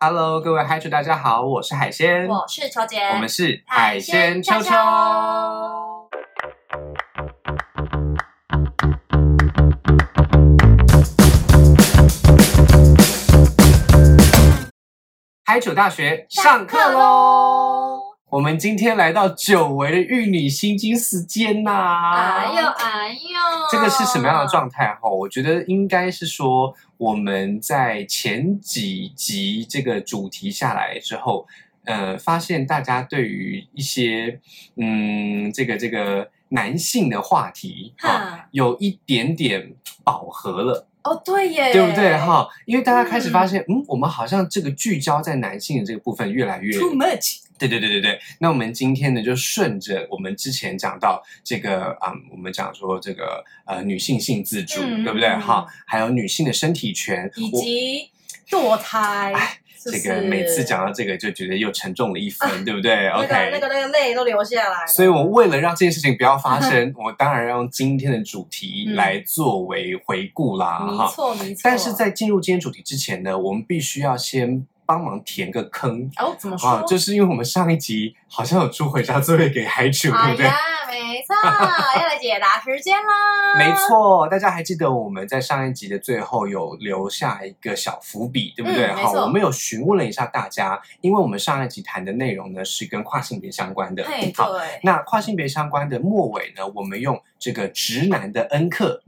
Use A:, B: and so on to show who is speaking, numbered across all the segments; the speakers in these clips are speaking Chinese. A: Hello，各位嗨主，大家好，我是海鲜，
B: 我是球姐，
A: 我们是
B: 海鲜秋秋。
A: 嗨主大学上课喽！我们今天来到久违的玉女心经时间呐、
B: 哎呦哎呦，
A: 这个是什么样的状态哈？我觉得应该是说我们在前几集这个主题下来之后，呃，发现大家对于一些嗯，这个这个男性的话题啊，
B: 哈
A: 有一点点饱和了，
B: 哦，对耶，
A: 对不对哈？因为大家开始发现，嗯，我们好像这个聚焦在男性的这个部分越来越
B: ？Too much，
A: 对对对对对，那我们今天呢，就顺着我们之前讲到这个啊、嗯我们讲说这个呃女性性自主，
B: 嗯
A: 对不对
B: 嗯
A: 哈？还有女性的身体权，
B: 以
A: 我
B: 及堕胎，是不
A: 哎这
B: 是
A: 个每次讲到这个就觉得又沉重了一分，对不对
B: 那
A: ？OK，、
B: 个那个那个泪都流下来了，
A: 所以我为了让这件事情不要发 生，我当然要用今天的主题
B: 嗯
A: 来作为回顾啦，
B: 没
A: 哈。
B: 错没错，
A: 啊但是在进入今天主题之前呢，我们必须要先帮忙填个坑。
B: 哦怎么
A: 啊
B: 说，？
A: 就是因为我们上一集好像有出回家作业给海主，对
B: 哎
A: 不对？
B: 呀，没错， 要来解答时间啦，
A: 没，错，大家还记得我们在上一集的最后有留下一个小伏笔，对不对？
B: 嗯没
A: 好，
B: 错
A: 我们有询问了一下大家，因为我们上一集谈的内容呢是跟跨性别相关的
B: 嘿，。
A: 好，
B: 对，
A: 那跨性别相关的末尾呢，我们用这个直男的恩客。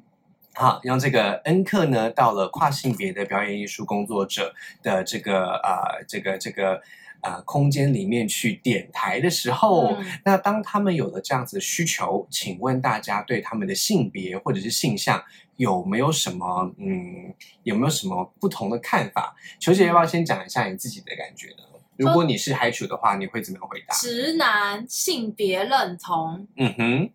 A: 好，让这个恩客呢，到了跨性别的表演艺术工作者的这个呃，这个这个呃空间里面去点台的时候，
B: 嗯
A: 那当他们有了这样子的需求，请问大家对他们的性别或者是性向有没有什么嗯，有没有什么不同的看法？球姐要不要先讲一下你自己的感觉呢？如果你是海主的话，你会怎么样回答？
B: 直男性别认同，
A: 嗯哼，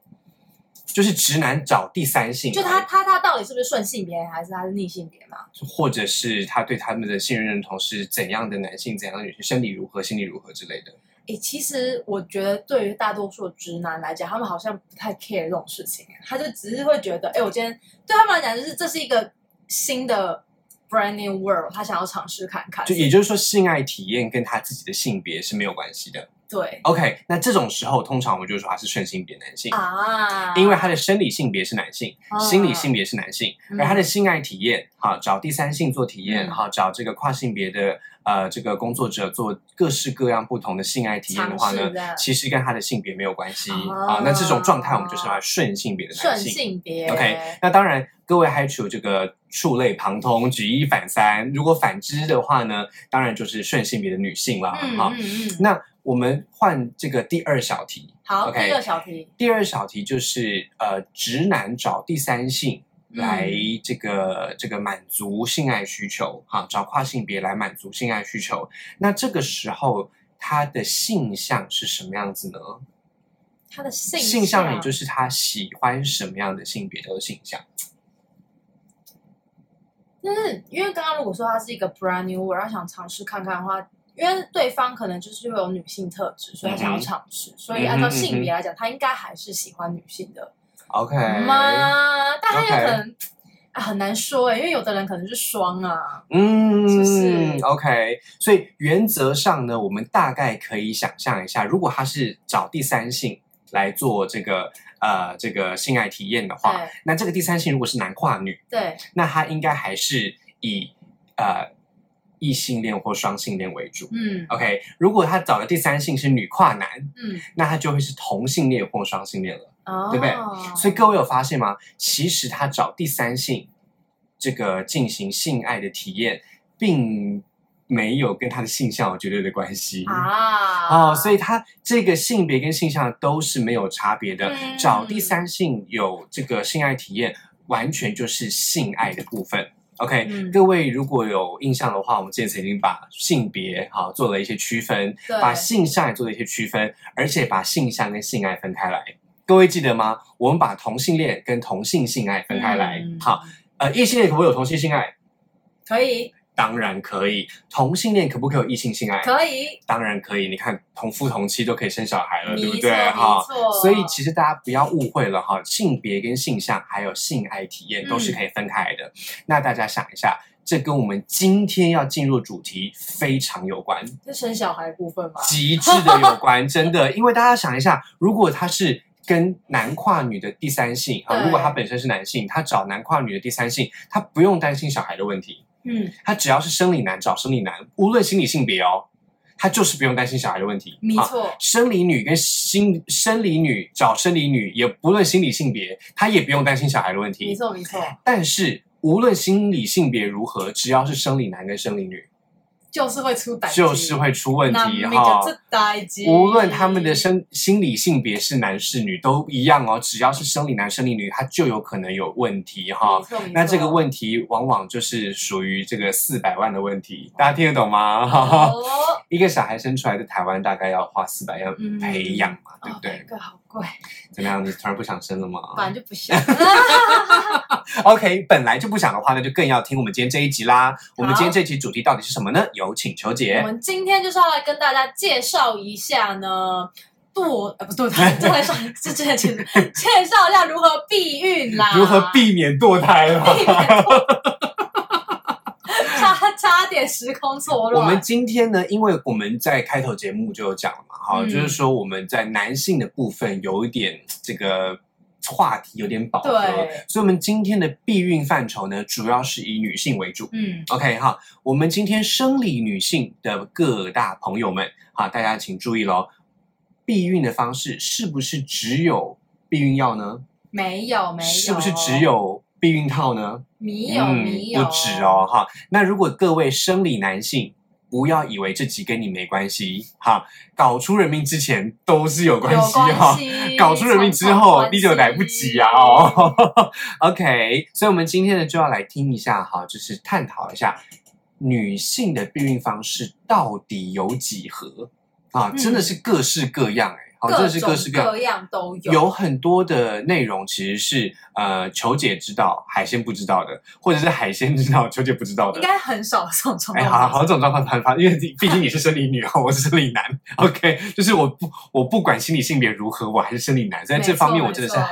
A: 就是直男找第三性，
B: 就他，他他到底是不是顺性别还是他是逆性别嘛？
A: 或者是他对他们的信任认同是怎样的男性，怎样的女性，生理如何，心理如何之类的。
B: 诶、其实我觉得对于大多数的直男来讲，他们好像不太 care 这种事情，欸他就只是会觉得，诶、我今天对他们来讲，就是这是一个新的 brand new world，他想要尝试看看。
A: 就也就是说，性爱体验跟他自己的性别是没有关系的。
B: 对
A: OK，那这种时候，通常我们就说他是顺性别男性。
B: 啊，
A: 因为他的生理性别是男性，
B: 啊
A: 心理性别是男性，
B: 嗯
A: 而他的性爱体验，哈，找第三性做体验，
B: 嗯
A: 哈，找这个跨性别的呃这个工作者做各式各样不同的性爱体验的话
B: 尝
A: 呢
B: 试的，
A: 其实跟他的性别没有关系
B: 啊
A: 啊。那这种状态我们就称为顺性别的男
B: 顺
A: 性。
B: 性别
A: OK，那当然，各位还处这个触类旁通，举一反三。如果反之的话呢，当然就是顺性别的女性了，
B: 嗯
A: 哈
B: 嗯。嗯，
A: 那我们换这个第二小题，
B: 好
A: OK
B: 第二小题，
A: 第二小题就是呃，直男找第三性来
B: 嗯
A: 这个、这个满足性爱需求哈、找跨性别来满足性爱需求。那这个时候他的性向是什么样子呢？
B: 他的性
A: 性向也就是是他喜欢什么样的性别叫做性向。
B: 就是因为刚刚如果说他是一个 brand new world，他想尝试看看的话。因为对方可能就是会有女性特质，所以他想要
A: 嗯哼
B: 尝试。所以按照
A: 嗯哼
B: 性别
A: 嗯
B: 来讲，他应该还是喜欢女性的。
A: OK，
B: 吗？但他有
A: 嗯 OK
B: 可能啊，很难说哎、因为有的人可能是双啊，
A: 嗯
B: 是不是
A: o k 所以原则上呢，我们大概可以想象一下，如果他是找第三性来做这个呃这个性爱体验的话，
B: 对
A: 那这个第三性如果是男跨女，
B: 对，
A: 那他应该还是以呃异性恋或双性恋为主。
B: 嗯
A: OK，如果他找的第三性是女跨男，
B: 嗯，
A: 那他就会是同性恋或双性恋了。
B: 哦，
A: 对不对？所以各位有发现吗？其实他找第三性这个进行性爱的体验，并没有跟他的性向有绝对的关系。
B: 啊，
A: 哦，所以他这个性别跟性向都是没有差别的。
B: 嗯
A: 找第三性有这个性爱体验，完全就是性爱的部分。OK，、
B: 嗯
A: 各位如果有印象的话，我们之前曾经把性别好、做了一些区分，
B: 对
A: 把性向也做了一些区分，而且把性向跟性爱分开来。各位记得吗？我们把同性恋跟同性性爱分开来。
B: 嗯
A: 好，呃，异性恋可不可以有同性性爱？
B: 可以
A: 当然可以。同性恋可不可以有异性性爱？
B: 可以，
A: 当然可以，你看同夫同妻都可以生小孩了，
B: 没
A: 呃对
B: 错
A: 不对？
B: 没
A: 哈，
B: 错，
A: 所以其实大家不要误会了
B: 嗯
A: 哈，性别跟性向还有性爱体验都是可以分开来的。那大家想一下，这跟我们今天要进入的主题非常有关，
B: 是生小孩部分吗？
A: 极致的有 关，真的。因为大家想一下，如果他是跟男跨女的第三性啊，
B: 对
A: 如果他本身是男性，他找男跨女的第三性，他不用担心小孩的问题，
B: 嗯，
A: 他只要是生理男找生理男，无论心理性别哦，他就是不用担心小孩的问题。
B: 没
A: 啊
B: 错，
A: 生理女跟心生理女找生理女，也不论心理性别，她也不用担心小孩的问
B: 没
A: 题。
B: 错，没错，
A: 但是无论心理性别如何，只要是生理男跟生理女，
B: 就是会出歹，
A: 就是会出问
B: 那
A: 题
B: 每
A: 哈
B: 个。这代机，
A: 无论他们的生心理性别是男是女都一样哦，只要是生理男生理女，他就有可能有问题哈、
B: 没错，没错
A: 那这个问题往往就是属于这个四百万的问题，大家听得懂吗？哈哈，
B: 哦，
A: 一个小孩生出来在台湾大概要花四百要
B: 嗯
A: 培养嘛，对不对？
B: 这个好贵，
A: 怎么样？你突然不想生了吗
B: 反正就不想。
A: ？OK，本来就不想的话，那就更要听我们今天这一集啦。我们今天这一集主题到底是什么呢？有请求
B: 我
A: 解。
B: 们今天就是要来跟大家介绍一下呢，堕呃不堕胎，正在上之前介介绍一下如何避孕啦，
A: 如何避免堕胎
B: 避免
A: 啦？
B: 堕胎 差差点时空错
A: 我
B: 乱。
A: 们今天呢，因为我们在开头节目就有讲了嘛，哈、
B: 嗯
A: 就是说我们在男性的部分有一点这个话题有点饱和
B: 对，
A: 所以我们今天的避孕范畴呢，主要是以女性为主。
B: 嗯，
A: OK 哈，我们今天生理女性的各大朋友们，哈，大家请注意喽，避孕的方式是不是只有避孕药呢？
B: 没有没有，
A: 是不是只有避孕套呢？
B: 没有没有
A: 嗯不止哦，哈。那如果各位生理男性，不要以为这集跟你没关系，哈，搞出人命之前都是有关
B: 有
A: 系哦哈、
B: 关系，。
A: 搞出人命之后，你就来不及啊哦。OK，所以我们今天呢就要来听一下哈，就是探讨一下女性的避孕方式到底有几何啊，
B: 嗯
A: 真的是各式各样哎、好、真
B: 各
A: 的是
B: 种
A: 各式各样。
B: 各样都有，
A: 有很多的内容其实是呃球姐知道，海鲜不知道的，或者是海鲜知道，球姐不知道的
B: 应。该很少这种状
A: 哎，
B: 况
A: 好
B: 发
A: 好
B: 生。
A: 好，这种状况很发，因为毕竟你是生理女哦，我是生理男。OK，就是我不我不管心理性别如何，我还是生理男，所以这
B: 没错
A: 方面我真的是
B: 没错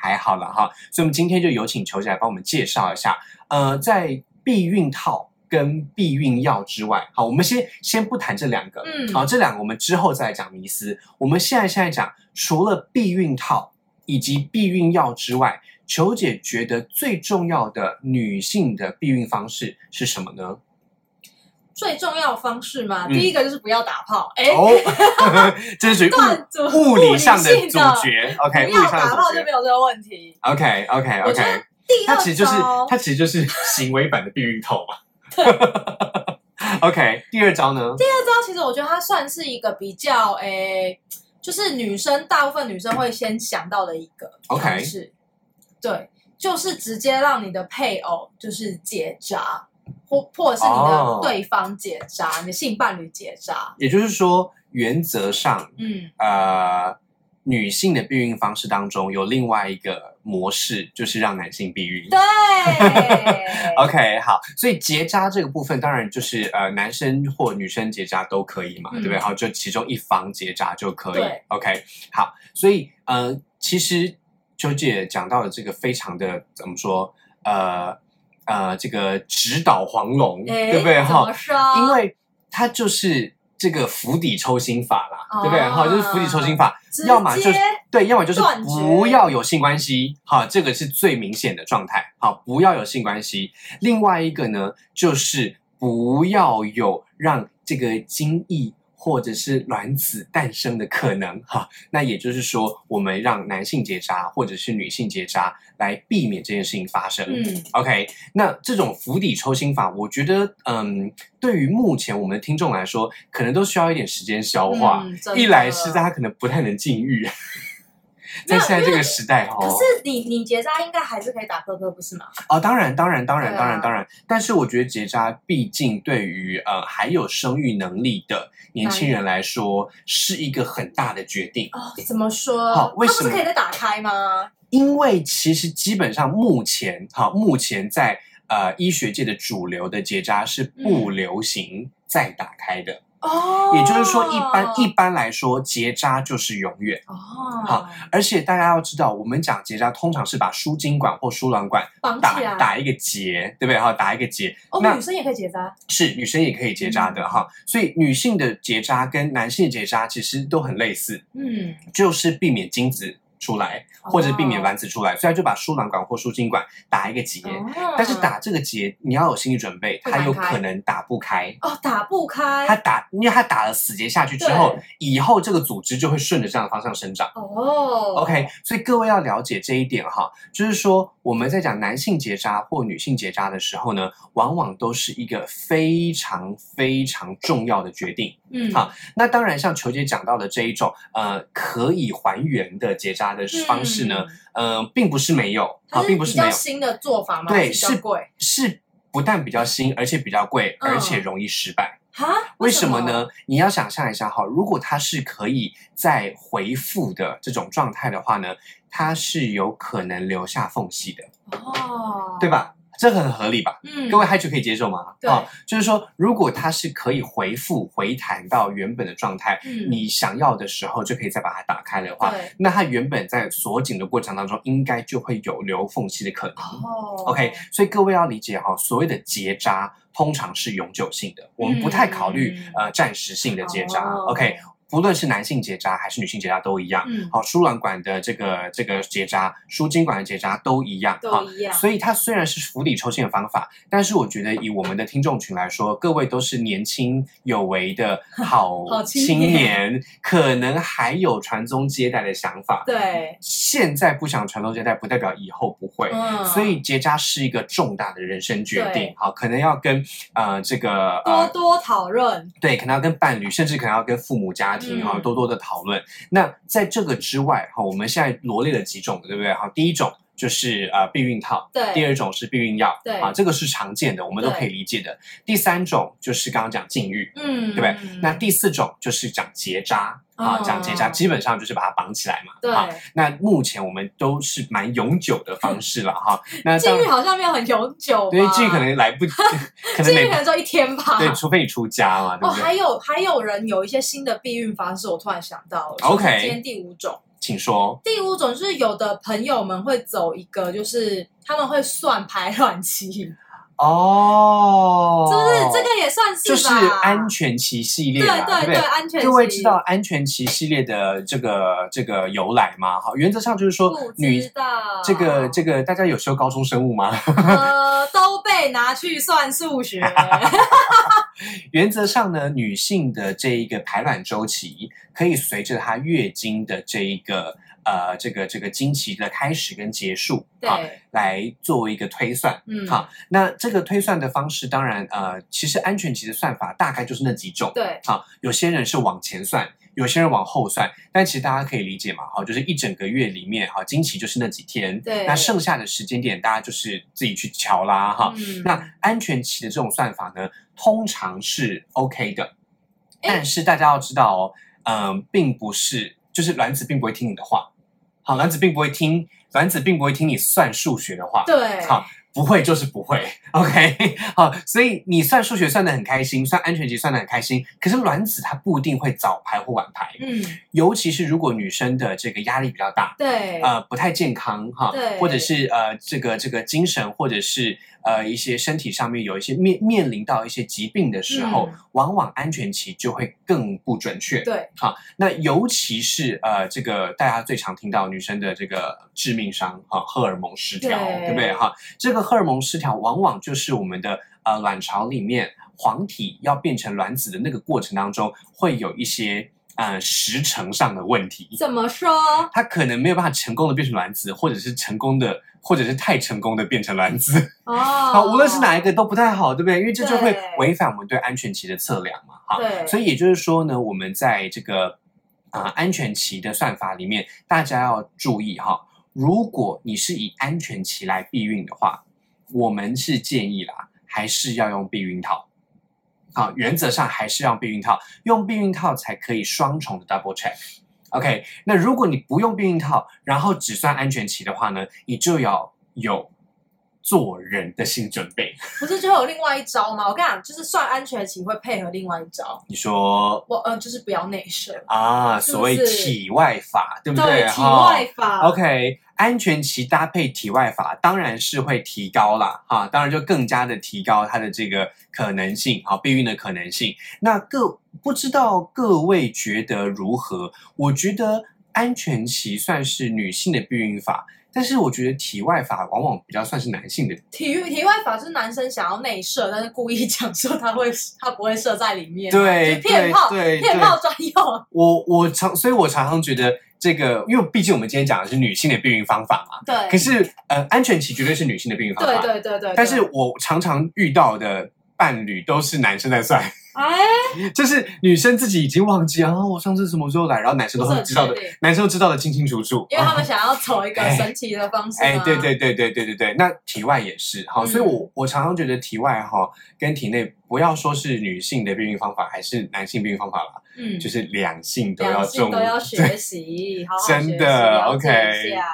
A: 还还好了哈。所以我们今天就有请球姐来帮我们介绍一下，呃，在避孕套跟避孕药之外，好，我们先先不谈这两个，
B: 嗯
A: 好，这两个我们之后再来讲迷思。我们现在现在讲，除了避孕套以及避孕药之外，球姐觉得最重要的女性的避孕方式是什么呢？
B: 最重要的方式嘛，
A: 嗯
B: 第一个就是不要打炮，哎、
A: 哦， 这是属于
B: 断主
A: 物物理上的
B: 物理
A: 主
B: 性的
A: 角，OK，
B: 不
A: 物理
B: 要
A: 上的
B: 打炮
A: 主
B: 就
A: 角
B: 没有这个问题。
A: ，OK OK
B: 我觉得
A: OK，
B: 第二
A: 它
B: 啊
A: 其实就是
B: 招
A: 它其实就是行为版的避孕套嘛。OK，第二 招呢？
B: 第二招，其实我觉得它算是一个比较哎，就是女生大部分女生会先想到的一个
A: OK
B: 方式对，就是直接让你的配偶就是结扎，或或者是你
A: 哦
B: 的对方结扎你的性伴侣结扎，
A: 也就是说，原则上，
B: 嗯，
A: 呃，女性的避孕方式当中有另外一个模式，就是让男性避孕。
B: 对
A: OK，好，所以结扎这个部分，当然就是呃，男生或女生结扎都可以嘛，
B: 嗯
A: 对不对？好，就其中一方结扎就可以
B: 对。
A: OK，好，所以呃，其实秋姐讲到的这个非常的怎么说，呃呃，这个直捣黄龙，
B: 哎
A: 对不对？
B: 怎
A: 哈
B: 么，说？
A: 因为它就是这个釜底抽薪法啦，
B: 哦
A: 对不对？哈，就是釜底抽薪法，
B: 直接
A: 要么就是对，要么就是
B: 断绝
A: 不要有性关系，哈，这个是最明显的状态，好，不要有性关系。另外一个呢，就是不要有让这个精液或者是卵子诞生的可能，哈。那也就是说，我们让男性结扎或者是女性结扎来避免这件事情发生。
B: 嗯。
A: OK，那这种釜底抽薪法，我觉得，嗯，对于目前我们的听众来说，可能都需要一点时间消化。
B: 嗯真的
A: 一来是大家可能不太能禁欲，
B: 没
A: 在
B: 有
A: 现在这个时代
B: 可
A: 哦，
B: 是你你结扎应该还是可以打哥哥不是吗？
A: 哦，当然，当然，当然，
B: 对啊
A: 当然，当然。但是我觉得结扎毕竟对于呃还有生育能力的年轻人来说，是一个很大的决定。
B: 哦，怎么说？
A: 好为什么
B: 它不是可以再打开吗？
A: 因为其实基本上目前哈，目前在呃医学界的主流的结扎是不流行再打开的。
B: 哦，
A: 也就是说，一般一般来说，结扎就是永远。
B: 哦，
A: 好，而且大家要知道，我们讲结扎通常是把输精管或输卵管
B: 绑
A: 打
B: 起来，
A: 打一个结，对不对？哈，打一个结。
B: 啊哦，
A: 那
B: 女嗯生也可以结扎，
A: 是女生也可以结扎的哈，所以女性的结扎跟男性的结扎其实都很类似，
B: 嗯，
A: 就是避免精子出来
B: 哦
A: 或者避免卵子出来，所以它就把输卵管或输精管打一个结。
B: 哦，
A: 但是打这个结，你要有心理准备，
B: 会打
A: 它有
B: 开
A: 可能打不开。
B: 哦打不开，
A: 它打，因为它打了死结下去之后，以后这个组织就会顺着这样的方向生长。
B: 哦
A: OK，所以各位要了解这一点哈，就是说我们在讲男性结扎或女性结扎的时候呢，往往都是一个非常非常重要的决定。
B: 嗯，
A: 好那当然，像球姐讲到的这一种呃可以还原的结扎的
B: 嗯
A: 方式呢，，呃，并不是没有
B: 它
A: 啊，
B: 是
A: 并不
B: 比
A: 是没
B: 较
A: 有，
B: 新的做法吗？
A: 对
B: 还是比
A: 是
B: 较贵
A: 是不但比较新，而且比较贵，
B: 嗯
A: 而且容易失败。
B: 哈？
A: 为
B: 什
A: 什么？呢？你要想象一下哈，如果它是可以再回复的这种状态的话呢，它是有可能留下缝隙的，
B: 哦，
A: 对？吧？这很合理吧？
B: 嗯，
A: 各位嗨就可以接受吗？
B: 对
A: 哦，就是说，如果它是可以回复回弹到原本的状态，
B: 嗯
A: 你想要的时候就可以再把它打开的话，
B: 对
A: 那它原本在锁紧的过程当中，应该就会有留缝隙的可能。
B: 哦
A: OK，所以各位要理解哈、所谓的结扎通常是永久性的，我们不太考虑、
B: 嗯
A: 呃暂时性的结扎。
B: 哦
A: OK，不论是男性结扎还是女性结扎都一样。
B: 嗯，
A: 好、输卵管的这个这个结扎，输精管的结扎都一样。好
B: 都一样，
A: 所以它虽然是釜底抽薪的方法，但是我觉得以我们的听众群来说，各位都是年轻有为 的好
B: 好青
A: 青年，可能还有传宗接代的想法。
B: 对，
A: 现在不想传宗接代，不代表以后不会。
B: 嗯，
A: 所以结扎是一个重大的人生决定
B: 对，
A: 好，可能要跟呃这个
B: 多
A: 呃
B: 多讨论，
A: 对，可能要跟伴侣，甚至可能要跟父母家庭哈、
B: 嗯
A: 多多的讨论。那在这个之外哈、我们现在罗列了几种，对不对？哈，第一种就是呃避孕套，
B: 对，
A: 第二种是避孕药，
B: 对
A: 啊，这个是常见的，我们都可以理解的。第三种就是刚刚讲禁欲，
B: 嗯，
A: 对不对？那第四种就是讲结扎啊，
B: 哦
A: 讲结扎基本上就是把它绑起来嘛。
B: 对
A: 啊，那目前我们都是蛮永久的方式了哈。那
B: 禁
A: 当
B: 欲好像没有很永久吧，
A: 对禁欲可能来 不，可能
B: 禁欲
A: 没
B: 可能只有一天吧，
A: 对，除非你出家嘛，对
B: 哦，
A: 不
B: 还
A: 对？
B: 有还有人有一些新的避孕方式，我突然想到了
A: OK
B: 就是今天第五种，
A: 请说。
B: 第五种就是有的朋友们会走一个，就是他们会算排卵期，是
A: 哦，
B: 不是？这个也算
A: 就是是
B: 吧？
A: 安全期系列
B: 对
A: 啦，
B: 对
A: 不
B: 对，安全期。
A: 各位知道安全期系列的这个这个由来吗？好，原则上就是说
B: 不
A: 女
B: 知道
A: 这个这个大家有修高中生物吗？
B: 呃都被拿去算数学，
A: 原则上呢，女性的这一个排卵周期可以随着她月经的这一个呃这个这个经期的开始跟结束啊，
B: 对，
A: 来作为一个推算。
B: 嗯，
A: 好，那这个推算的方式，当然，呃，其实安全期的算法大概就是那几种。
B: 对，
A: 好，有些人是往前算，有些人往后算，但其实大家可以理解嘛，好，就是一整个月里面，哈，经期就是那几天，
B: 对
A: 那剩下的时间点大家就是自己去瞧啦，哈。
B: 嗯
A: 那安全期的这种算法呢，通常是 OK 的，
B: 哎
A: 但是大家要知道哦，嗯、并不是，就是卵子并不会听你的话，好，卵子并不会听，卵子并不会听你算数学的话，
B: 对，
A: 好，不会就是不会，OK，好， 所以你算数学算得很开心，算安全级算得很开心，可是卵子它不一定会早排或晚排，
B: 嗯，
A: 尤其是如果女生的这个压力比较大，
B: 对，
A: 呃，不太健康哈
B: 对，
A: 或者是呃这个这个精神或者是呃一些身体上面有一些面面临到一些疾病的时候，
B: 嗯
A: 往往安全期就会更不准确，
B: 对，
A: 好，那尤其是呃，这个大家最常听到女生的这个致命伤啊，荷尔蒙失调，
B: 对
A: 对不对？哈，这个荷尔蒙失调往往就是我们的呃卵巢里面黄体要变成卵子的那个过程当中，会有一些呃时程上的问题，
B: 怎么说？
A: 它可能没有办法成功的变成卵子，或者是成功的，或者是太成功的变成卵子。
B: 哦，
A: 好，无论是哪一个都不太好，对不对？因为这就会
B: 对
A: 违反我们对安全期的测量嘛，哈。
B: 对，
A: 所以也就是说呢，我们在这个啊、呃安全期的算法里面，大家要注意哈。如果你是以安全期来避孕的话，我们是建议啦，还是要用避孕套。好，原则上还是要避孕套，用避孕套才可以双重的 double check。OK，那如果你不用避孕套，然后只算安全期的话呢，你就要有做人的心理准备。
B: 不是就有另外一招吗？我跟你讲，就是算安全期会配合另外一招，
A: 你说
B: 我呃就是不要内射，
A: 啊，
B: 是
A: 所
B: 不
A: 谓
B: 是
A: 体外法，对不对？
B: 体
A: 哈
B: 外法。
A: OK，安全期搭配体外法，当然是会提高啦，哈，当然就更加的提高它的这个可能性，啊，避孕的可能性。那各不知道各位觉得如何？我觉得安全期算是女性的避孕法，但是我觉得体外法往往比较算是男性的。
B: 体育体外法就是男生想要内射，但是故意讲说他会 他不会射在里面，啊
A: 对
B: 就骗
A: 对
B: 炮
A: 对
B: 骗
A: 对，
B: 炮专用。
A: 我我常，所以我常常觉得这个，因为毕竟我们今天讲的是女性的避孕方法嘛，
B: 对，
A: 可是呃，安全期绝对是女性的避孕方法。
B: 对对对对，
A: 但是我常常遇到的伴侣都是男生在算，
B: 哎，
A: 就是女生自己已经忘记啊，我上次什么时候来，然后男生都
B: 不是很
A: 知道的
B: 确定，
A: 男生都知道的清清楚楚，
B: 因为他
A: 啊
B: 们想要走一个神奇的方式嘛，
A: 哎，对对对对对对对，那体外也是哈，
B: 嗯
A: 所以我我常常觉得体外哈跟体内，不要说是女性的避孕方法，还是男性避孕方法啦，
B: 嗯，
A: 就是两性都要
B: 两性
A: 重
B: 都要学习，啊好好学习
A: 真的
B: 了解
A: OK
B: 一下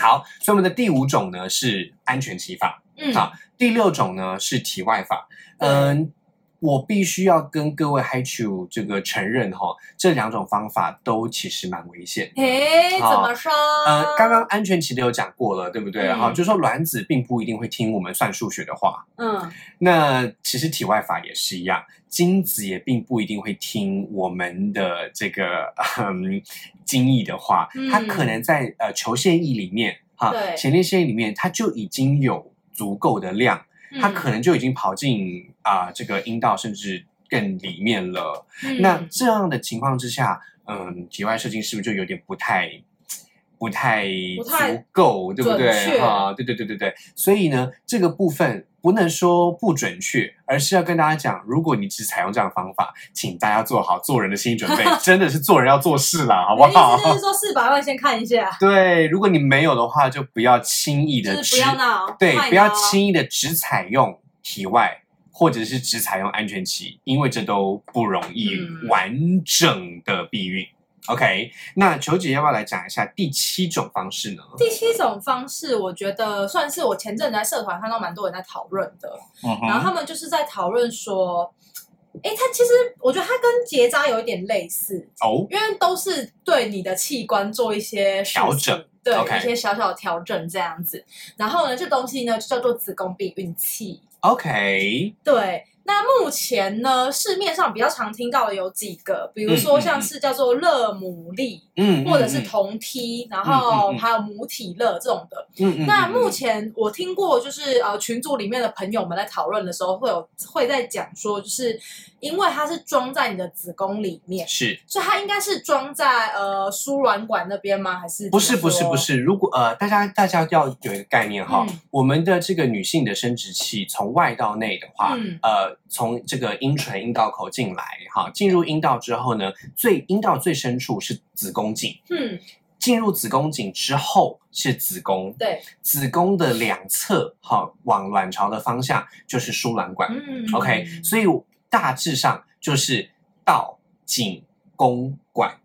A: 好，所以我们的第五种呢是安全期法，
B: 嗯，
A: 好第六种呢是体外法。
B: 对
A: 嗯，我必须要跟各位 Hi 主这个承认哈、这两种方法都其实蛮危险。
B: 诶，怎
A: 好
B: 么说？
A: 呃，刚刚安全期的有讲过了，对不对？
B: 啊嗯
A: 哈、就说卵子并不一定会听我们算数学的话。
B: 嗯，
A: 那其实体外法也是一样，精子也并不一定会听我们的这个嗯精液的话，它
B: 嗯
A: 可能在呃球腺液里面哈
B: 对，
A: 前列腺液里面，它就已经有足够的量。它
B: 嗯
A: 可能就已经跑进啊、这个阴道，甚至更里面了。
B: 嗯
A: 那这样的情况之下，嗯，体外射精是不是就有点不太？不太
B: 不太
A: 足够，对不
B: 准确
A: 对？哈，对对对对对，所以呢，这个部分不能说不准确，而是要跟大家讲，如果你只采用这样的方法，请大家做好做人的心理准 备，真的是做人要做事啦，好不
B: 你的意思就
A: 好
B: 是？说四百万先看一下，
A: 对，如果你没有的话，就不要轻易
B: 就
A: 的
B: 是不要闹，
A: 对，
B: 卖
A: 不要
B: 闹
A: 轻易的只采用体外，或者是只采用安全期，因为这都不容易
B: 嗯
A: 完整的避孕。OK，那球姐要不要来讲一下第七种方式呢？
B: 第七种方式，我觉得算是我前阵子在社团看到蛮多人在讨论的，
A: 嗯
B: 然
A: 哼，
B: 后他们就是在讨论说，诶，它其实我觉得它跟结扎有一点类似，
A: 哦，
B: 因为都是对你的器官做一些事情
A: 调整，
B: 对
A: OK
B: 一些小小的调整这样子。然后呢，这东西呢就叫做子宫避孕器。
A: ，OK，
B: 对，那目前呢市面上比较常听到的有几个，比如
A: 嗯
B: 说
A: 嗯
B: 像
A: 嗯
B: 是叫做乐母粒，
A: 嗯，
B: 或者是
A: 嗯
B: 同梯，然后
A: 嗯嗯
B: 还有母体乐这种的。
A: 嗯嗯，
B: 那
A: 嗯
B: 目，前我听过，就是呃群组里面的朋友们在讨论的时候，会有会在讲说，就是因为它是装在你的子宫里面
A: 嗯，是
B: 所以它应该是装在呃输卵管那边吗？还是
A: 不是
B: 怎么
A: 不是
B: 说
A: 不？是，如果呃，大家大家要有一个概念哈，
B: 嗯
A: 我们的这个女性的生殖器从外到内的话，
B: 嗯
A: 呃，从这个阴唇、阴道口进来哈，进入阴道之后呢，最阴道最深处是子宫颈，
B: 嗯，
A: 进入子宫颈之后是子宫，
B: 对，
A: 子宫的两侧哈，往卵巢的方向就是输卵管。
B: 嗯
A: OK，所以大致上就是到颈宫管。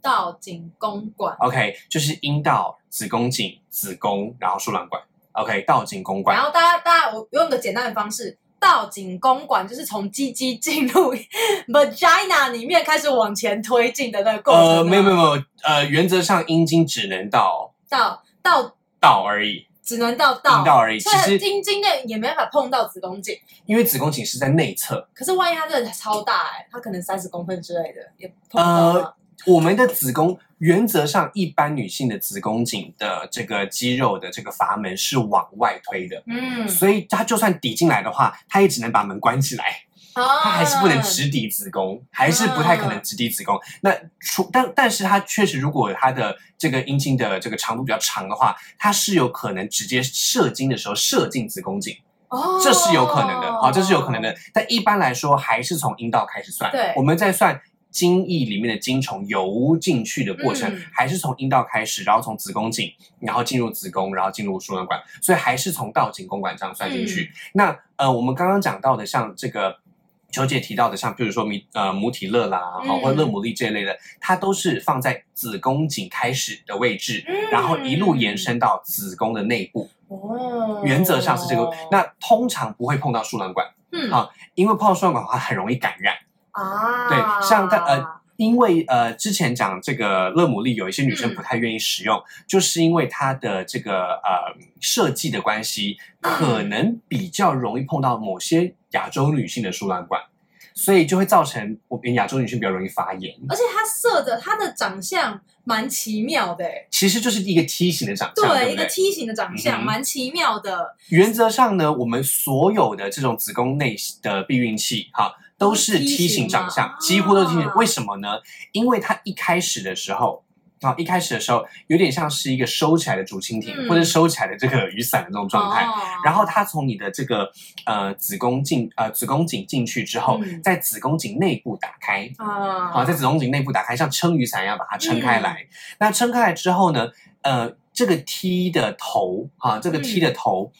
B: 到颈宫管，
A: OK，就是阴道、子宫颈、子宫，然后输卵管。OK，到颈宫
B: 然
A: 管。呃
B: 后大家大家我用个简单的方式。到颈宫管就是从鸡鸡进入 vagina 里面开始往前推进的那个过程啊吗。
A: 呃，没有没有没有，呃，原则上阴茎只能到
B: 到到
A: 到而已，
B: 只能到到
A: 阴道而已。其
B: 所以
A: 实
B: 晶晶的也没办法碰到子宫颈。
A: 因为子宫颈是在内侧，
B: 可是万一它真的超大哎、欸，它可能三十公分之类的，也碰不到啊吗
A: 呃，我们的子宫原则上一般女性的子宫颈的这个肌肉的这个阀门是往外推的。
B: 嗯，
A: 所以它就算抵进来的话，它也只能把门关起来，
B: 嗯
A: 它
B: 它
A: 还是不能直抵子宫，还是不太可
B: 嗯
A: 能直抵子宫。那除但但是它确实，如果它的这个阴茎的这个长度比较长的话，它是有可能直接射精的时候射进子宫颈，
B: 哦，
A: 这是有可能的。好、这是有可能的。但一般来说，还是从阴道开始算。
B: 对
A: 我们在算。精液里面的精虫游进去的过程，
B: 嗯
A: 还是从阴道开始，然后从子宫颈，然后进入子宫，然后进入输卵管，
B: 嗯
A: 所以还是从到颈宫管这样算进去。那呃，我们刚刚讲到的，像这个球姐提到的，像譬如说米呃母体乐啦，好、
B: 嗯
A: 或者乐母粒这类的，它都是放在子宫颈开始的位置，
B: 嗯
A: 然后一路延伸到子宫的内部，
B: 哦，
A: 原则上是这个。那通常不会碰到输卵管，
B: 嗯
A: 好因为碰到输卵管的话很容易感染。
B: 啊，
A: 对像大呃因为呃，之前讲这个乐母粒，有一些女
B: 嗯
A: 生不太愿意使用，就是因为它的这个呃设计的关系，可
B: 嗯
A: 能比较容易碰到某些亚洲女性的输卵管，所以就会造成我们亚洲女性比较容易发炎。
B: 而且它色的，它的长相蛮奇妙的欸，
A: 其实就是一个梯形的长相，对
B: 对，一
A: 不
B: 个
A: 对？
B: 梯形的长
A: 嗯
B: 相，
A: 哼
B: 蛮奇妙的，
A: 原则上呢，我们所有的这种子宫内的避孕器，哈、都是梯形长相，
B: 都是梯
A: 几
B: 形吗
A: 乎都是梯形
B: 啊。
A: 为什么呢？因为它一开始的时候。啊，一开始的时候有点像是一个收起来的竹蜻蜓，
B: 嗯
A: 或者收起来的这个雨伞的这种状态。
B: 哦
A: 然后它从你的这个呃子宫进呃子宫颈进去之后，
B: 嗯
A: 在子宫颈内部打开，
B: 啊，
A: 好，在子宫颈内部打开，像撑雨伞一样把它撑开来。
B: 嗯
A: 那撑开来之后呢，呃，这个 T 的头啊，这个 T
B: 嗯
A: 的头。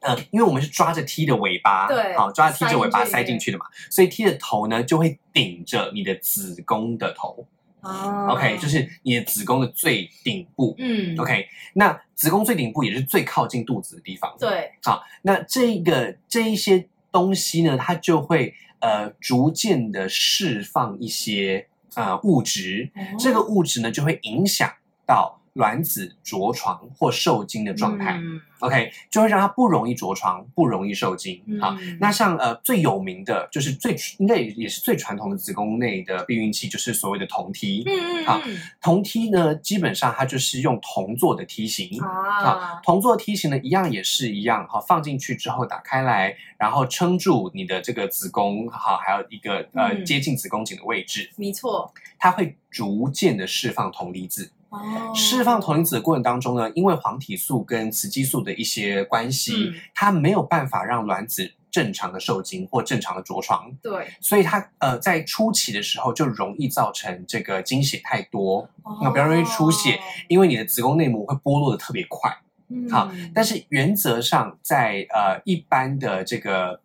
A: 呃，因为我们是抓着 T 的尾巴，
B: 对
A: 好抓着 T
B: 塞
A: 的尾巴
B: 进去
A: 塞进去的嘛，所以 T 的头呢就会顶着你的子宫的头、
B: 啊
A: o k 就是你的子宫的最顶部、
B: 嗯
A: o k 那子宫最顶部也是最靠近肚子的地方，
B: 对，
A: 好，那这个这一些东西呢，它就会呃逐渐的释放一些呃物质，
B: 哦
A: 这个物质呢就会影响到卵子着床或受精的状态。
B: 嗯
A: OK，就会让它不容易着床，不容易受精。好，
B: 嗯
A: 那像呃最有名的就是最应该也也是最传统的子宫内的避孕器，就是所谓的铜梯。
B: 嗯嗯
A: 好
B: 嗯
A: 铜梯呢，基本上它就是用铜做的梯形。
B: 啊，
A: 同座梯形呢，一样也是一样哈，放进去之后打开来，然后撑住你的这个子宫哈，还有一个呃
B: 嗯
A: 接近子宫颈的位置，
B: 没错，
A: 它会逐渐的释放铜离子。
B: 哦，
A: 释放铜离子的过程当中呢，因为黄体素跟雌激素的一些关系，
B: 嗯
A: 它没有办法让卵子正常的受精或正常的着床，
B: 对，
A: 所以它呃在初期的时候就容易造成这个经血太多，那比较容易出血因为你的子宫内膜会剥落的特别快。
B: 哦，
A: 好
B: 嗯
A: 但是原则上在，呃一般的这个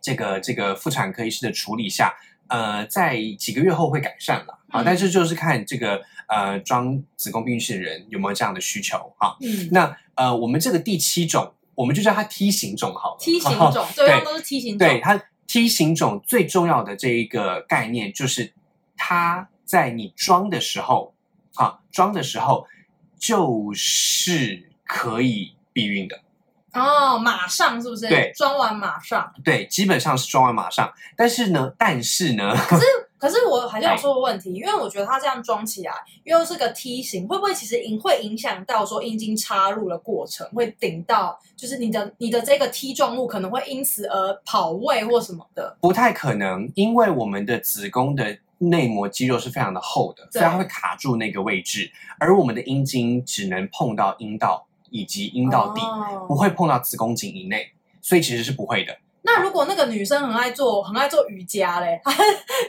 A: 这个这个妇产科医师的处理下，呃，在几个月后会改善了啊。
B: 嗯
A: 但是就是看这个呃装子宫避孕器的人有没有这样的需求啊。
B: 嗯
A: 那呃，我们这个第七种，我们就叫它梯形种好了。
B: 梯形
A: 啊
B: 种，对
A: 对
B: 方都是梯形种，
A: 对它梯形种最重要的这一个概念就是，它在你装的时候啊，装的时候就是可以避孕的。
B: 哦，马上是不是？
A: 对
B: 装完马上。
A: 对，基本上是装完马上。但是呢，但是呢，
B: 可是我还是
A: 哎
B: 想说个问题，因为我觉得它这样装起来又是个梯形，会不会其实影会影响到说阴茎插入的过程，会顶到就是你的你的这个梯状物可能会因此而跑位或什么的。
A: 不太可能，因为我们的子宫的内膜肌肉是非常的厚的，所以它会卡住那个位置，而我们的阴茎只能碰到阴道以及阴道底，不
B: 哦、
A: 会碰到子宫颈以内，所以其实是不会的。
B: 那如果那个女生很爱做很爱做瑜伽嘞，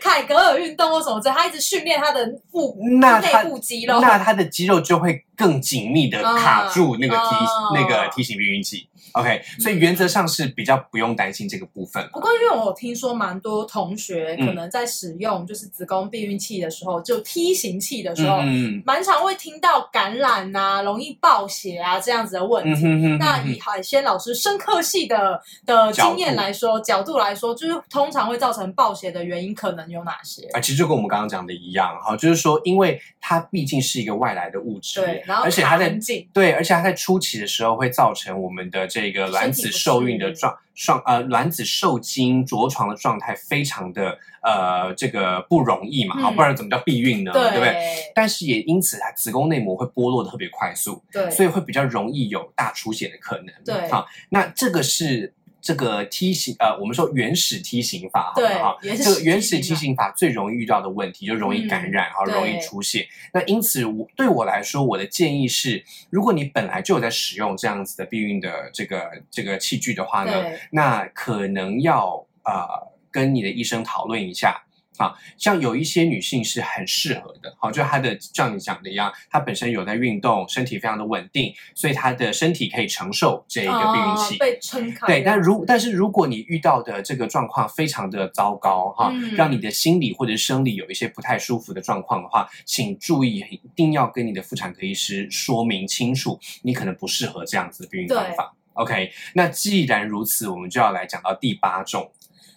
B: 凯格尔运动或什么之类，她一直训练她的腹
A: 那它
B: 内部肌肉，
A: 那它的肌肉就会更紧密
B: 嗯
A: 的卡住那个梯、
B: 哦
A: 那个梯形避孕器。OK，所以原则上是比较不用担心这个部分。
B: 不过，因为我有听说蛮多同学
A: 嗯
B: 可能在使用就是子宫避孕器的时候，就梯形器的时候，
A: 嗯
B: 蛮常会听到感染啊、容易爆血啊这样子的问
A: 嗯
B: 题。
A: 哼哼哼
B: 那以海鲜老师深刻系的的经验来说，角度来说，就是通常会造成爆血的原因可能有哪些？
A: 啊，其实就跟我们刚刚讲的一样哈，就是说，因为它毕竟是一个外来的物质，
B: 对，然后
A: 而且它
B: 卡
A: 在
B: 很紧，
A: 对，而且它在初期的时候会造成我们的这个卵
B: 身体
A: 子
B: 不
A: 受孕
B: 适
A: 的
B: 应
A: 状状呃卵子受精着床的状态非常的呃这个不容易嘛，好，
B: 嗯
A: 不然怎么叫避孕呢？对不对？
B: 对
A: 但是也因此，它子宫内膜会剥落得特别快速，
B: 对
A: 所以会比较容易有大出血的可能。
B: 对
A: 好，那这个是这个梯形，呃，我们说原始梯形法，好了哈，
B: 对原始
A: 这个原始梯
B: 梯形法
A: 形法最容易遇到的问题就容易感染，然后
B: 嗯对
A: 容易出血。那因此我，对我来说，我的建议是，如果你本来就有在使用这样子的避孕的这个这个器具的话呢，
B: 对
A: 那可能要呃跟你的医生讨论一下。放。像有一些女性是很适合的，好，就她的像你讲的一样，她本身有在运动，身体非常的稳定，所以她的身体可以承受这一个避孕
B: 哦
A: 期。
B: 被撑开。
A: 对，但如但是如果你遇到的这个状况非常的糟糕哈，
B: 嗯
A: 让你的心理或者生理有一些不太舒服的状况的话，请注意一定要跟你的妇产科医师说明清楚，你可能不适合这样子的避孕方法。OK，那既然如此，我们就要来讲到第八种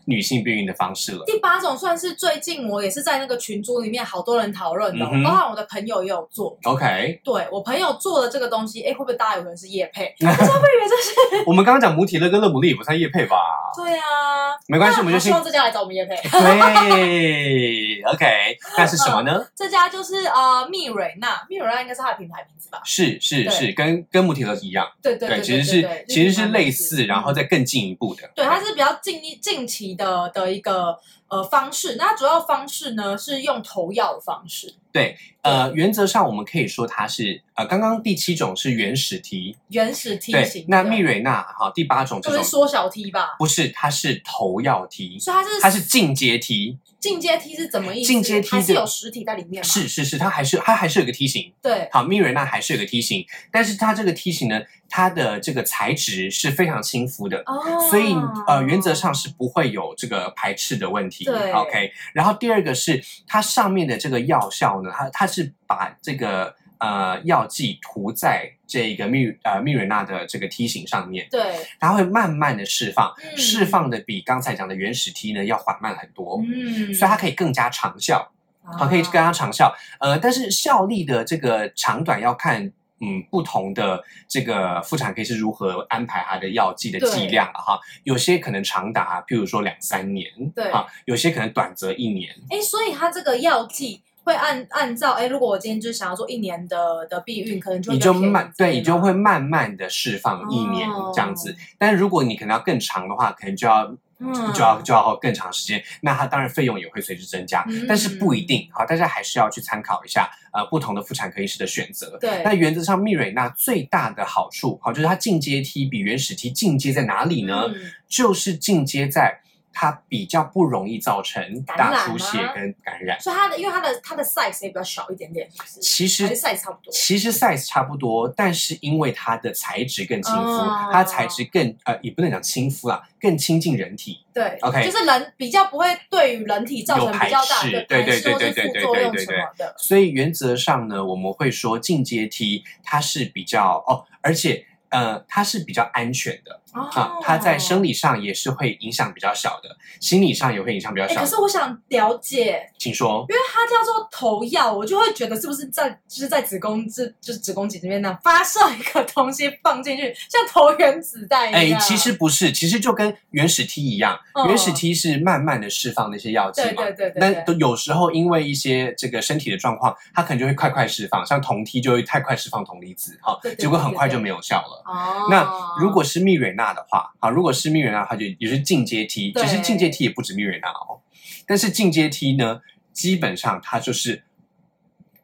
A: 女性避孕的方式了。
B: 第八种算是最近我也是在那个群组里面好多人讨论的哦，
A: 嗯哼
B: 包含我的朋友也有做。
A: OK，
B: 对我朋友做的这个东西，哎，会不会大家有人是叶 配？大家会以为这是
A: 我们刚刚讲母体乐跟乐母力也不算叶配吧？
B: 对啊，
A: 没关系，
B: 那
A: 我们就
B: 好希
A: 先
B: 望这家来找我们叶配。
A: 对 OK，那是什么 呢？
B: 这家就是呃蜜蕊娜，蜜蕊娜应该是它的品牌名字吧？
A: 是是
B: 对
A: 是，跟跟母体乐一样。
B: 对对对，
A: 其实
B: 对
A: 是
B: 对
A: 其实是
B: 日本的
A: 类
B: 名字
A: 似，然后
B: 嗯
A: 再更进一步的。
B: 对，它是比较近一近期的的一个呃方式。那它主要方式呢是用投药的方式，
A: 呃，原则上我们可以说它是呃，刚刚第七种是原始题，
B: 原始梯
A: 对
B: 形，。
A: 那蜜，蕊娜哈第八种这
B: 就
A: 种
B: 是缩小梯吧？
A: 不是，它是头药题，
B: 所以它是
A: 它是进阶题，
B: 进阶梯是怎么意思？
A: 进阶梯
B: 还
A: 就是
B: 有实体在里面吗？
A: 是是是，它还是它还是有个梯形。
B: 对，
A: 好，蜜蕊娜还是有个梯形，但是它这个梯形呢，它的这个材质是非常亲肤的，
B: 哦，
A: 所以呃，原则上是不会有这个排斥的问题。
B: 对
A: OK，然后第二个是它上面的这个药效呢，它它是把这个呃药剂涂在这个蜜呃蜜蕊娜的这个梯形上面，
B: 对，
A: 它会慢慢的释放，
B: 嗯
A: 释放的比刚才讲的原始梯呢要缓慢很多。
B: 嗯，
A: 所以它可以更加长效，好，可以更加
B: 啊
A: 长效。呃，但是效力的这个长短要看，嗯，不同的这个妇产科医师如何安排它的药剂的剂
B: 对
A: 量了哈。有些可能长达，譬如说两三年，
B: 对
A: 啊，有些可能短则一年，
B: 哎，所以它这个药剂会按按照哎，如果我今天就是想要做一年的的避孕，可能就会
A: 你
B: 比
A: 就
B: 较便宜
A: 慢，对，你就
B: 吗
A: 会慢慢的释
B: 哦
A: 放一年这样子。，但如果你可能要更长的话，可能就要
B: 哦
A: 就要就要更长时间，那它当然费用也会随之增加，
B: 嗯
A: 但是不一定好，大家还是要去参考一下呃不同的妇产科医师的选择。
B: 对
A: 那原则上，蜜蕊娜最大的好处，好就是它进阶梯比原始梯进阶在哪里呢？
B: 嗯
A: 就是进阶在它比较不容易造成
B: 感
A: 大
B: 染
A: 出血
B: 吗
A: 跟感染。
B: 所以它的，因为它的它的 size 也比较小一点点，是不是
A: 其实
B: 还是 size 差不多。
A: 其实 size 差不多，但是因为它的材质更亲肤，
B: 哦
A: 它材质更呃也不能讲亲肤啦，更亲近人体。
B: 对
A: OK
B: 就是人比较不会对于人体造成比较大
A: 有排
B: 的
A: 斥对
B: 排斥
A: 对
B: 或
A: 对
B: 是
A: 对对
B: 副
A: 对
B: 作用
A: 对对
B: 什么的。
A: 所以原则上呢，我们会说进阶梯它是比较哦，而且呃它是比较安全的啊
B: 哦，
A: 它在生理上也是会影响比较小的，心理上也会影响比较
B: 哎，
A: 小
B: 可
A: 的。
B: 是我想了解，
A: 请说，
B: 因为它叫做头药，我就会觉得是不是在就是在子宫这就是子宫颈这边呢发射一个东西放进去，像投原子弹一
A: 哎，
B: 样。
A: 其实不是，其实就跟原始梯一样，
B: 嗯
A: 原始梯是慢慢的释放那些药剂
B: 对
A: 嘛。
B: 对对对
A: 那
B: 对
A: 都有时候因为一些这个身体的状况，它可能就会快快释放，像酮梯就会太快释放酮离子，哈、
B: 对对对
A: 结果很快
B: 对对
A: 就没有效了。
B: 哦，
A: 那如果是蜜蕊娜的话，啊，如果是蜜蕊娜的话，就也是进阶梯，
B: 对
A: 其实进阶梯也不止蜜蕊娜哦，但是进阶梯呢，基本上它就是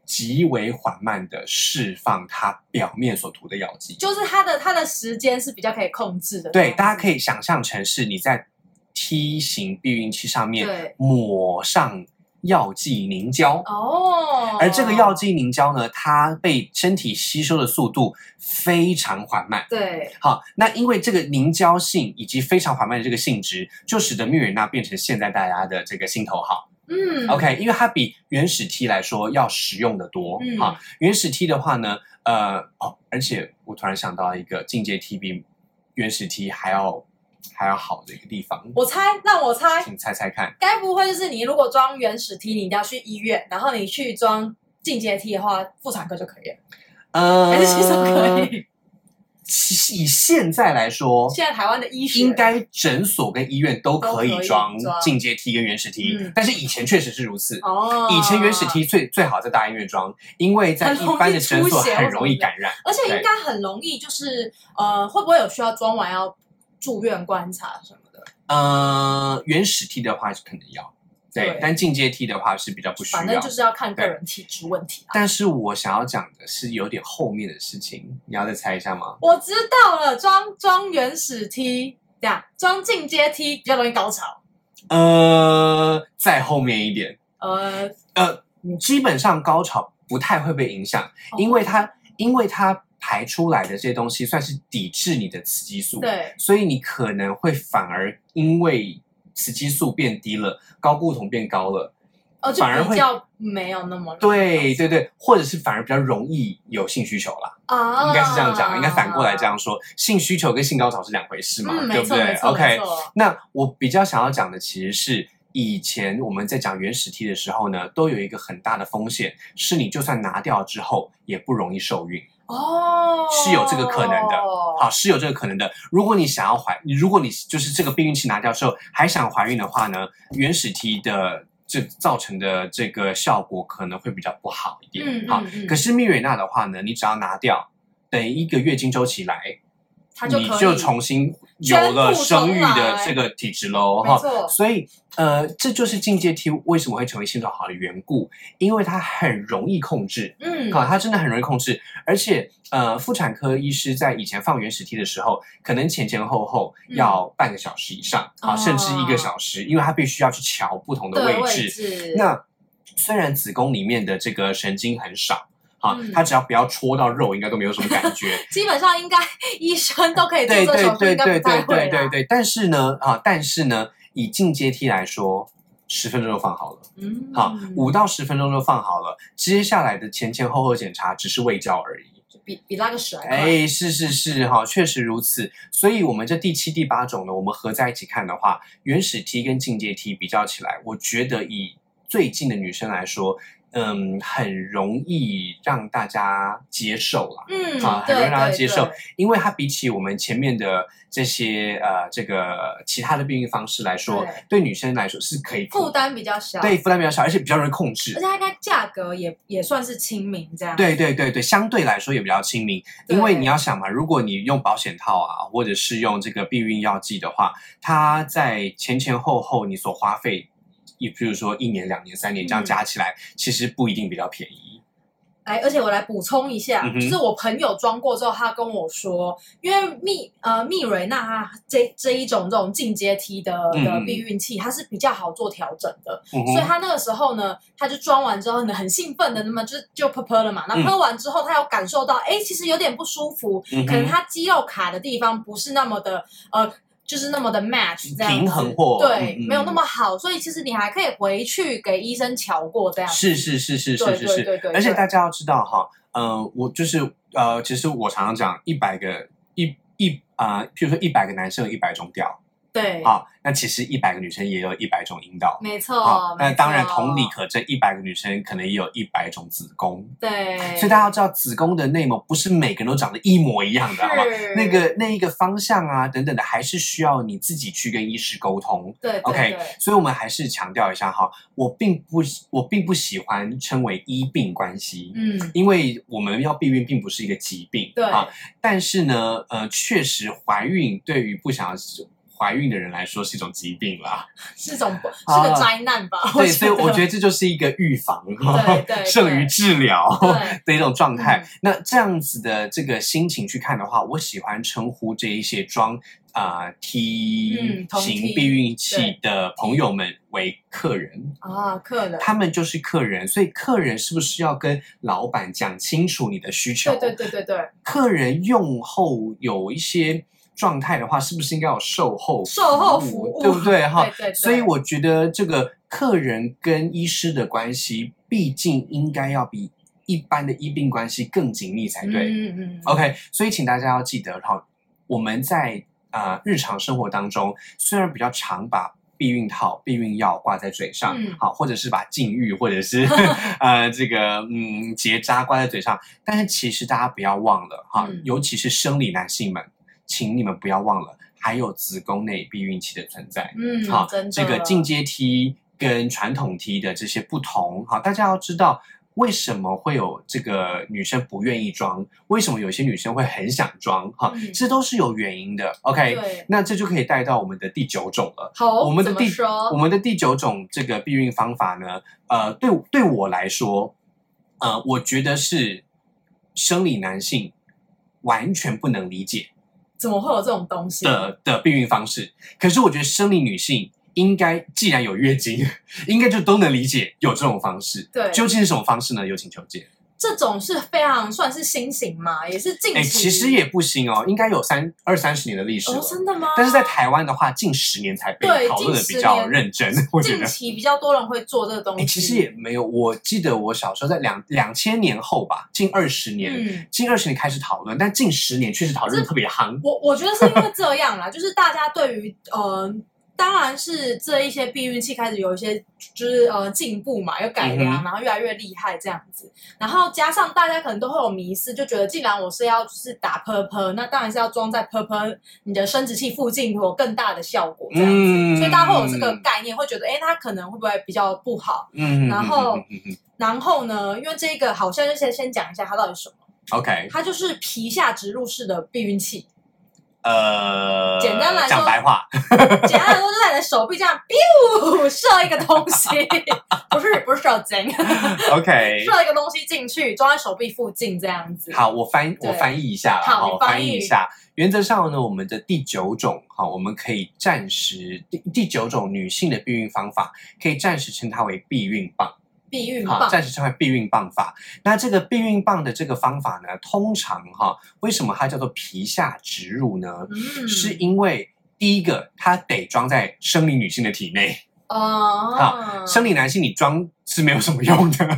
A: 极为缓慢的释放它表面所涂的药剂。
B: 就是它的它的时间是比较可以控制的，
A: 对，大家可
B: 以
A: 以想象成是你在梯形避孕器上面
B: 对
A: 抹上药剂凝胶。
B: 哦，
A: 而这个药剂凝胶呢，它被身体吸收的速度非常缓慢，
B: 对
A: 好，那因为这个凝胶性以及非常缓慢的这个性质，就使得蜜蕊娜变成现在大家的这个心头好。
B: 嗯
A: OK，因为它比原始 T 来说要实用的多。
B: 嗯
A: 好，原始 T 的话呢，呃，哦，而且我突然想到一个进阶 T 比原始 T 还要还要好的一个地方，
B: 我猜，让我猜，
A: 请猜猜看。
B: 该不会就是你如果装原始梯，你一定要去医院，然后你去装进阶梯的话，妇产科就可以了，
A: 呃，
B: 还是 其实可以？
A: 其实以现在来说，
B: 现在台湾的医学
A: 应该诊所跟医院都
B: 都
A: 可以
B: 可以
A: 装
B: 装
A: 进阶梯跟原始梯，
B: 嗯
A: 但是以前确实是如此。
B: 哦，
A: 以前原始，梯最最好在大医院装，因为在一般的诊所很容易感染。
B: 而且应该很容易，就是呃，会不会有需要装完要住院观察什么的？
A: 呃，原始梯的话是可能要，对
B: 对，
A: 但进阶梯的话是比较不需
B: 反正
A: 要
B: 就。是要看个人体质问题啊。
A: 但是我想要讲的是有点后面的事情，你要再猜一下吗？
B: 我知道了，装装原始梯，这样装进阶梯比较容易高潮。
A: 呃，在后面一点，
B: 呃，
A: 呃，基本上高潮不太会被影响，因为它因为它排出来的这些东西算是抵制你的雌激素，
B: 哦对
A: 所以你可能会反而因为雌激素变低了，高固酮变高了，
B: 哦，就
A: 反而会
B: 比较没有那么
A: 对对对，或者是反而比较容易有性需求啦，
B: 啊，
A: 应该是这样讲，应该反过来这样说，性需求跟性高潮是两回事嘛，对
B: 嗯，没
A: 不
B: 错
A: 对
B: 没错没
A: ？OK，
B: 错，
A: 那我比较想要讲的其实是，以前我们在讲原始体的时候呢，都有一个很大的风险，是你就算拿掉之后也不容易受孕。
B: 哦，
A: 是有这个可能的好，啊是有这个可能的。如果你想要怀，如果你就是这个避孕期拿掉之后还想怀孕的话呢，原始体的这造成的这个效果可能会比较不好一点。
B: 嗯
A: 好，
B: 嗯嗯
A: 可是蜜蕊娜的话呢，你只要拿掉，等一个月经周期来，
B: 他就
A: 你
B: 可以
A: 就重新有了生育的这个体质喽，
B: 没
A: 哈。
B: 错，
A: 所以，呃，这就是进阶梯为什么会成为性状好的缘故，因为它很容易控制，
B: 嗯，
A: 啊，它真的很容易控制。而且，呃，妇产科医师在以前放原始梯的时候，可能前前后后
B: 嗯
A: 要半个小时以上，啊，
B: 哦
A: 甚至一个小时，因为他必须要去瞧不同的
B: 对
A: 位
B: 位
A: 置。
B: 置，
A: 那虽然子宫里面的这个神经很少，啊
B: 嗯，
A: 它只要不要戳到肉，应该都没有什么感 觉。
B: 基本上应该医生都可以做
A: 对
B: 这
A: 对
B: 手术，
A: 对
B: 应该
A: 对
B: 不太
A: 对
B: 会
A: 对对
B: 啦
A: 对，但是呢，啊，但是呢，以进阶梯来说，十分钟就放好了，
B: 嗯，
A: 好，五到十分钟就放好了，接下来的前前后后检查只是喂教而已。
B: 比比拉个屎还快，
A: 哎，是是是，哈，确实如此。所以，我们这第七、第八种呢，我们合在一起看的话，原始梯跟进阶梯比较起来，我觉得以最近的女生来说，嗯，很容易让大家接受啦。
B: 嗯，
A: 啊
B: 对
A: 很容易让他
B: 对
A: 接受
B: 对
A: 因为它比起我们前面的这些呃这个其他的避孕方式来说，对女生来说是可以
B: 负担比较小，
A: 对，负担比较小，而且比较容易控
B: 而且
A: 制。
B: 它应该价格也也算是亲民这样，
A: 对对对对，相对来说也比较亲民，
B: 对
A: 因为你要想嘛，如果你用保险套啊，或者是用这个避孕药剂的话，它在前前后后你所花费，也比如说一年、两年、三年这样
B: 嗯
A: 加起来，其实不一定比较便宜。
B: 哎，而且我来补充一下，
A: 嗯哼
B: 就是我朋友装过之后，他跟我说，因为蜜呃蜜蕊娜它这这一种这种进阶梯的
A: 嗯
B: 的
A: 嗯
B: 避孕器，它是比较好做调整的，
A: 嗯
B: 所以
A: 哼，
B: 他那个时候呢，他就装完之后呢，很兴奋的，那么就是就噗噗了嘛，然
A: 嗯
B: 后喝完之后，他有感受到，哎、其实有点不舒服，
A: 嗯
B: 可能
A: 哼，
B: 他肌肉卡的地方不是那么的呃，就是那么的 match 这样
A: 嗯
B: 子
A: 平衡或
B: 对，
A: 嗯嗯
B: 没有那么好，所以其实你还可以回去给医生瞧过这样子。
A: 嗯是是是是
B: 对
A: 是是是
B: 对，对对，
A: 而且
B: 对
A: 大家要知道哈，呃，我就是呃，其实我常常讲，一百个一一啊、譬如说一百个男生有一百种屌
B: 对，
A: 啊，那其实一百个女生也有一百种阴道。
B: 没
A: 啊
B: 错，，
A: 那
B: 哦没
A: 当然，
B: 错
A: 同理可证，一百个女生可能也有一百种子宫，
B: 对，
A: 所以大家要知道，子宫的内膜不是每个人都长得一模一样的，好吗？
B: 是
A: 那个那一个方向啊，等等的，还是需要你自己去跟医师沟通。
B: 对对
A: OK，
B: 对
A: 所以我们还是强调一下哈，我并不我并不喜欢称为医病关系，
B: 嗯，
A: 因为我们要避孕并不是一个疾病，
B: 对
A: 啊，但是呢，呃，确实怀孕对于不想要怀孕的人来说是一种疾病啦，
B: 是种不是
A: 啊
B: 个灾难吧？
A: 对，所以我觉
B: 得
A: 得这就是一个预防，
B: 对 对
A: 胜于治疗
B: 对，
A: 的一种状态
B: 嗯。
A: 那这样子的这个心情去看的话，我喜欢称呼这一些装啊
B: 嗯
A: T
B: 同
A: 型
B: T，
A: 避孕器的朋友们为客人。
B: 啊，客人，
A: 他们就是客人，所以客人是不是要跟老板讲清楚你的需求？
B: 对对对对对，
A: 客人用后有一些状态的话，是不是应该有售后
B: 售后服务
A: 对不对哈？
B: 对对对
A: 所以我觉得这个客人跟医师的关系，毕竟应该要比一般的医病关系更紧密才对。
B: 嗯嗯嗯
A: OK，所以请大家要记得哈，我们在呃日常生活当中，虽然比较常把避孕套、避孕药挂在嘴上
B: 嗯，
A: 好、或者是把禁欲或者 是 呃这个嗯结扎挂在嘴上，但是其实大家不要忘了哈，
B: 嗯
A: 尤其是生理男性们，请你们不要忘了，还有子宫内避孕期的存在。
B: 嗯，
A: 好
B: 真的
A: 这个进阶梯跟传统梯的这些不同，好，大家要知道为什么会有这个女生不愿意装，为什么有些女生会很想装，哈，
B: 嗯
A: 这都是有原因的。OK，
B: 对，
A: 那这就可以带到我们的第九种了。
B: 好，
A: 我们的
B: 怎么
A: 第我
B: 说，
A: 们的第九种这个避孕方法呢，呃，对对我来说，呃，我觉得是生理男性完全不能理解
B: 怎么会有这种东西？
A: 的的避孕方式，可是我觉得生理女性应该既然有月经，应该就都能理解有这种方式。
B: 对
A: 究竟是什么方式呢？有请求解。
B: 这种是非常算是新型嘛，也是近期。
A: 哎，其实也不新哦，应该有三二三十年的历史了
B: 哦，。真的吗？
A: 但是在台湾的话，近十年才被
B: 对
A: 讨论的
B: 近
A: 比
B: 十
A: 较
B: 年
A: 认真，我觉
B: 近
A: 得。
B: 期比较多人会做这个东
A: 哎、
B: 西。
A: 其实也没有，我记得我小时候在两两千年后吧，近二十年，
B: 嗯。
A: 近二十年开始讨论，但近十年确实讨论
B: 这
A: 特别夯。
B: 我我觉得是因为这样啦，就是大家对于呃，当然是这一些避孕器开始有一些就是呃进步嘛，有改良，
A: 嗯
B: 然后越来越厉害这样子。然后加上大家可能都会有迷思，就觉得既然我是要就是打 purple，那当然是要装在 purple 你的生殖器附近会有更大的效果这样子。
A: 嗯
B: 所以大家会有这个，概念，会觉得哎，诶它可能会不会比较不好？
A: 嗯，
B: 然
A: 嗯
B: 后
A: 嗯嗯嗯嗯嗯
B: 然后呢，因为这个好像就先先讲一下它到底是什么，
A: ，OK，
B: 它就是皮下植入式的避孕器。
A: 呃，
B: 简单来说
A: 讲白 话，
B: 简单来说，就在你的手臂这样 biu 射一个东西， 不是不是射精，
A: OK，
B: 射一个东西进去，装在手臂附近这样子。
A: 哎好，我翻
B: 对
A: 我翻译一下啦，
B: 好
A: 好，
B: 你
A: 我
B: 翻
A: 翻译
B: 译
A: 一下。原则上呢，我们的第九种，哈，我们可以暂时第第九种女性的避孕方法，可以暂时称它为避孕棒，
B: 避孕
A: 哈，
B: 棒，
A: 暂时称为避孕棒法。那这个避孕棒的这个方法呢，通常哈，为什么它叫做皮下植入呢？
B: 嗯，
A: 是因为第一个，它得装在生理女性的体内，
B: 哦，
A: 生理男性你装是没有什么用的。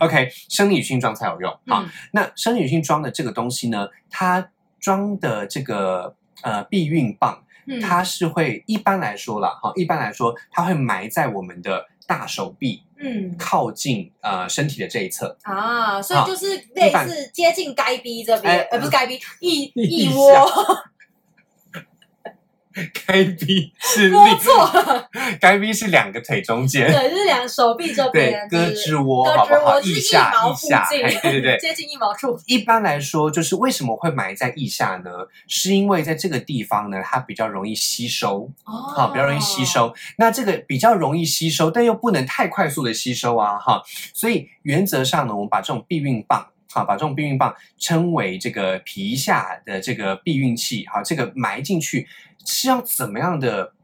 A: OK，生理女性装才有用。好，
B: 嗯
A: 那生理女性装的这个东西呢，它装的这个呃避孕棒，
B: 嗯
A: 它是会一般来说啦，哈，一般来说它会埋在我们的大手臂
B: 嗯
A: 靠近呃身体的这一侧，
B: 啊，所以就是
A: 一
B: 类
A: 般
B: 似接近该逼这
A: 哎
B: 边，呃，不是该逼，腋
A: 腋
B: 腋
A: 下
B: 窝，
A: 该逼是
B: 摸错了，
A: 该逼是两个腿中间。
B: 对，就是两手臂这
A: 对
B: 边，，
A: 胳
B: 就是
A: 肢窝，
B: 胳
A: 好不
B: 肢
A: 好？
B: 窝
A: 腋
B: 是腋
A: 下，
B: 毛
A: 腋
B: 附
A: 下，
B: 近
A: 哎，对对对，
B: 接近腋毛处，
A: 一般来说，就是为什么会埋在腋下呢？是因为在这个地方呢，它比较容易吸收，哈、
B: 哦
A: 比较容易吸，收。那这个比较容易吸收，但又不能太快速的吸收啊，哈。所以原则上呢，我们把这种避孕棒。哈，把这种避孕棒称为这个皮下的这个避孕器，哈，这个埋进去是要怎么样的？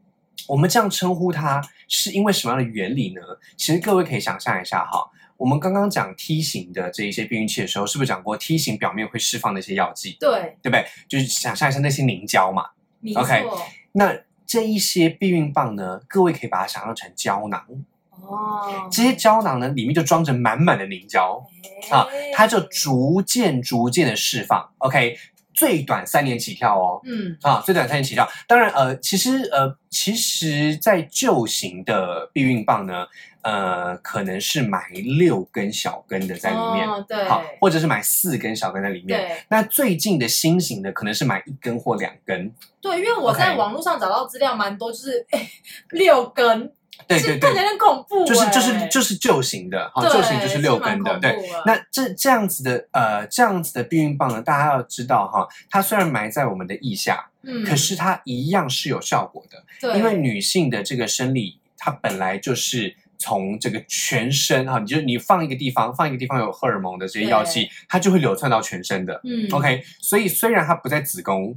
A: 我们这样称呼它是因为什么样的原理呢？其实各位可以想象一下哈，我们刚刚讲梯形的这一些避孕器的时候，是不是讲过梯形表面会释放那些药剂，
B: 对，
A: 对不对？就是想象一下那些凝胶嘛。
B: 没
A: OK
B: 错。
A: 那这一些避孕棒呢，各位可以把它想象成胶囊，
B: 哦，
A: 这些胶囊呢里面就装着满满的凝胶，啊
B: 哎
A: 它就逐渐逐渐的释放。OK，最短三年起跳哦。
B: 嗯
A: 啊，最短三年起跳。当然，呃，其实呃，其实，在旧型的避孕棒呢，呃，可能是买六根小根的在里面，
B: 哦、对，
A: 好，或者是买四根小根在里面。
B: 对
A: 那最近的新型的可能是买一根或两根，
B: 对，因为我
A: OK
B: 在网络上找到资料蛮多，就是哎六根，
A: 对
B: 这
A: 对
B: 看起
A: 对，
B: 来很恐怖、
A: 就是就是
B: 哎
A: 就是啊旧型的，好，
B: 对
A: 旧型就是六
B: 蛮
A: 根的，
B: 恐
A: 对。
B: 怖了
A: 那这这样子的呃，这样子的避孕棒呢，大家要知道哈，它虽然埋在我们的腋下，
B: 嗯，
A: 可是它一样是有效果的，
B: 对，
A: 因为女性的这个生理，它本来就是。从这个全身哈，你就你放一个地方，放一个地方有荷尔蒙的这些药剂，它就会流窜到全身的。
B: 嗯
A: OK，所以虽然它不在子宫，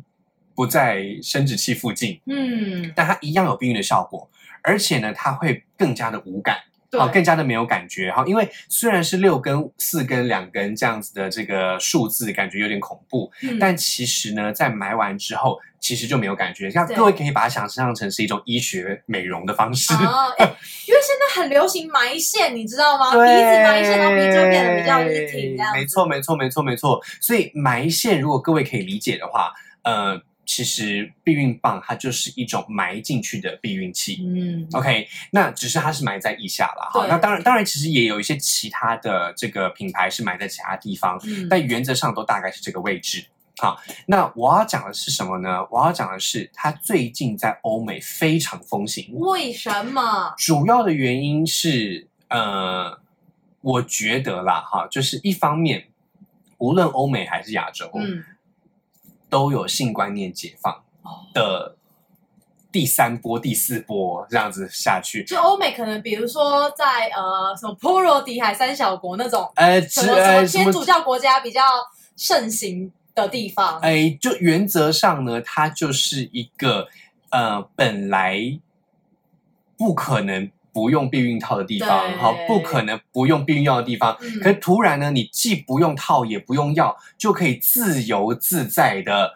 A: 不在生殖器附近，
B: 嗯
A: 但它一样有避孕的效果，而且呢，它会更加的无感。
B: 对
A: 好，更加的没有感觉哈，因为虽然是六根、四根、两根这样子的这个数字，感觉有点恐怖，
B: 嗯
A: 但其实呢，在埋完之后，其实就没有感觉。像
B: 对
A: 各位可以把它想象成是一种医学美容的方式，
B: 哦，哎因为现在很流行埋线，你知道吗？鼻
A: 对，
B: 子埋线，然后鼻子就变得比较就是挺这样子。
A: 没错，没错，没错，没错。所以埋线，如果各位可以理解的话，呃，其实避孕棒它就是一种埋进去的避孕器。
B: 嗯
A: OK，那只是它是埋在腋下了哈。
B: 对
A: 那当然，当然，其实也有一些其他的这个品牌是埋在其他地方，
B: 嗯，
A: 但原则上都大概是这个位置。好，那我要讲的是什么呢？我要讲的是，它最近在欧美非常风行，
B: 为什么？
A: 主要的原因是，呃，我觉得啦，哈，就是一方面，无论欧美还是亚洲，
B: 嗯，
A: 都有性观念解放
B: 哦
A: 的第三波、第四波这样子下去。
B: 就欧美可能比如说在呃什么波罗的海三小国那种。
A: 呃，
B: 什
A: 只
B: 么什
A: 呃
B: 么天主教国家比较盛行的地方。
A: 哎，就原则上呢，它就是一个呃，本来不可能不用避孕套的地方，
B: 对
A: 好，不可能不用避孕药的地方。
B: 嗯
A: 可是突然呢，你既不用套也不用药，就可以自由自在的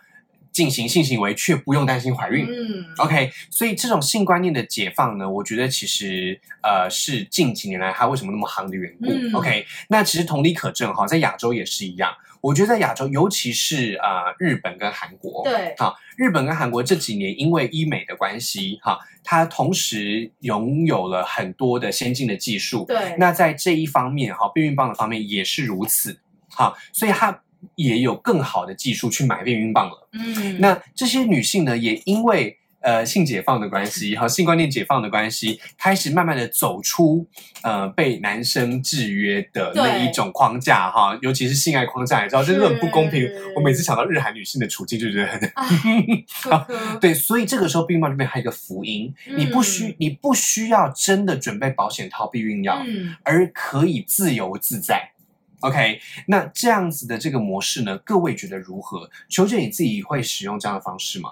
A: 进行性行为，却不用担心怀孕。
B: 嗯
A: OK，所以这种性观念的解放呢，我觉得其实呃是近几年来它为什么那么夯的缘故。
B: 嗯
A: OK，那其实同理可证哈，在亚洲也是一样。我觉得在亚洲，尤其是呃日本跟韩国，
B: 对
A: 好，日本跟韩国这几年因为医美的关系哈，它同时拥有了很多的先进的技术。
B: 对，
A: 那在这一方面哈，避孕棒的方面也是如此。好，所以它也有更好的技术去买避孕棒了。
B: 嗯
A: 那这些女性呢，也因为呃性解放的关系和性观念解放的关系，开始慢慢的走出呃被男生制约的那
B: 对
A: 一种框架哈，尤其是性爱框架，你知道这是很不公平
B: 是。
A: 我每次想到日韩女性的处境，就觉得很 啊
B: 呵呵
A: 对，所以这个时候避孕棒这边还有一个福音，你
B: 嗯
A: 不需你不需要真的准备保险套、避孕药，
B: 嗯
A: 而可以自由自在。OK，那这样子的这个模式呢，各位觉得如何？求姐你自己会使用这样的方式吗？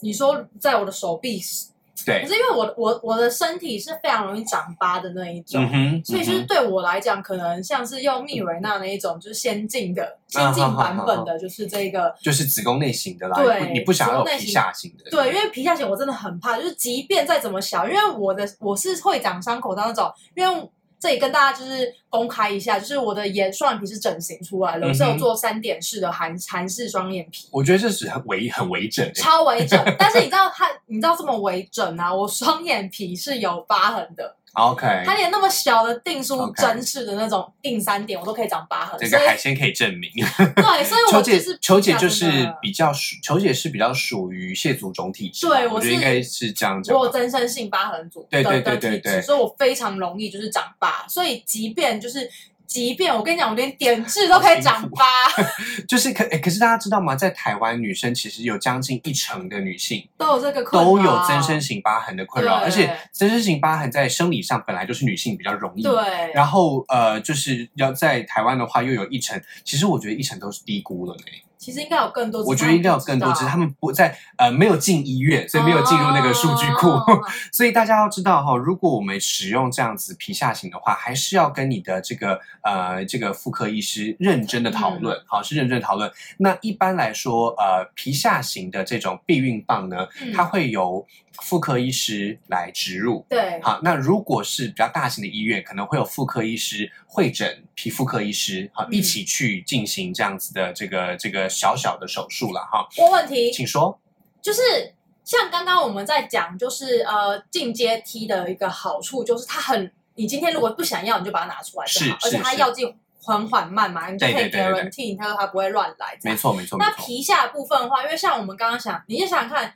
B: 你说在我的手臂，可
A: 对，
B: 是因为我的我我的身体是非常容易长疤的那一种，
A: 嗯哼
B: 所以就是对我来讲，可能像是用密蕊娜那一种，就是先进的、
A: 啊
B: 先进版本的，就是这个。
A: 就是子宫内型的啦，
B: 对
A: 你不你不想要有
B: 子宫内
A: 皮
B: 型
A: 下型的，
B: 对，因为皮下型我真的很怕，就是即便再怎么小，因为我的我是会长伤口的那种，因为这里跟大家就是公开一下，就是我的眼双眼皮是整形出来的，我是
A: 嗯
B: 有
A: 哼
B: 做三点式的韩韩式双眼皮。
A: 我觉得这是很微很微整欸，
B: 超微整，但是你知道它，你知道这么微整啊？我双眼皮是有疤痕的，
A: OK，
B: 它连那么小的订书
A: OK
B: 针式的那种印三点，我都可以长疤痕。
A: 这
B: 所
A: 个
B: 以
A: 海鲜可以证明。
B: 对，所以
A: 球
B: 我
A: 姐
B: 就是
A: 球姐
B: 不
A: 就
B: 想那
A: 是
B: 个
A: 比较属，球姐是比较属于蟹足肿体质嘛，
B: 对我
A: 我觉得
B: 是
A: 应该是这样讲
B: 我有
A: 吧。
B: 增生性疤痕组
A: 对
B: 的
A: 对对
B: 的
A: 对
B: 体
A: 对
B: 质，所以我非常容易就是长疤，所以即便就是。即便我跟你讲，我连点痣都可以长 疤，
A: 就是可、诶可是大家知道吗？在台湾，女生其实有将近一成的女性
B: 都有这个困扰，
A: 都有增生型疤痕的困扰，
B: 对
A: 而且增生型疤痕在生理上本来就是女性比较容易。
B: 对，
A: 然后呃，就是要在台湾的话，又有一成，其实我觉得一成都是低估了呢。
B: 其实应该有更多，
A: 我觉得应该有更多，只是他们不在呃没有进医院，所以没有进入那个数据库。
B: 哦
A: 所以大家要知道哈、如果我们使用这样子皮下型的话，还是要跟你的这个呃这个妇科医师认真的讨论，好、是认真地讨论。那一般来说，呃皮下型的这种避孕棒呢，
B: 嗯
A: 它会由妇科医师来植入。
B: 对，
A: 好，那如果是比较大型的医院，可能会有妇科医师会诊、皮肤科医师，好
B: 嗯
A: 一起去进行这样子的这个这个小小的手术了哈。
B: 问问题
A: 请说。
B: 就是像刚刚我们在讲，就是呃进阶梯的一个好处，就是它很，你今天如果不想要，你就把它拿出来就好，
A: 是
B: 而且
A: 是
B: 它
A: 是
B: 药剂很缓慢嘛，你就可
A: 对对
B: 以
A: 对对对
B: guarantee 它它不会乱来这样。
A: 没错，没错，没
B: 那
A: 错。
B: 皮下部分的话，因为像我们刚刚想，你就想想看，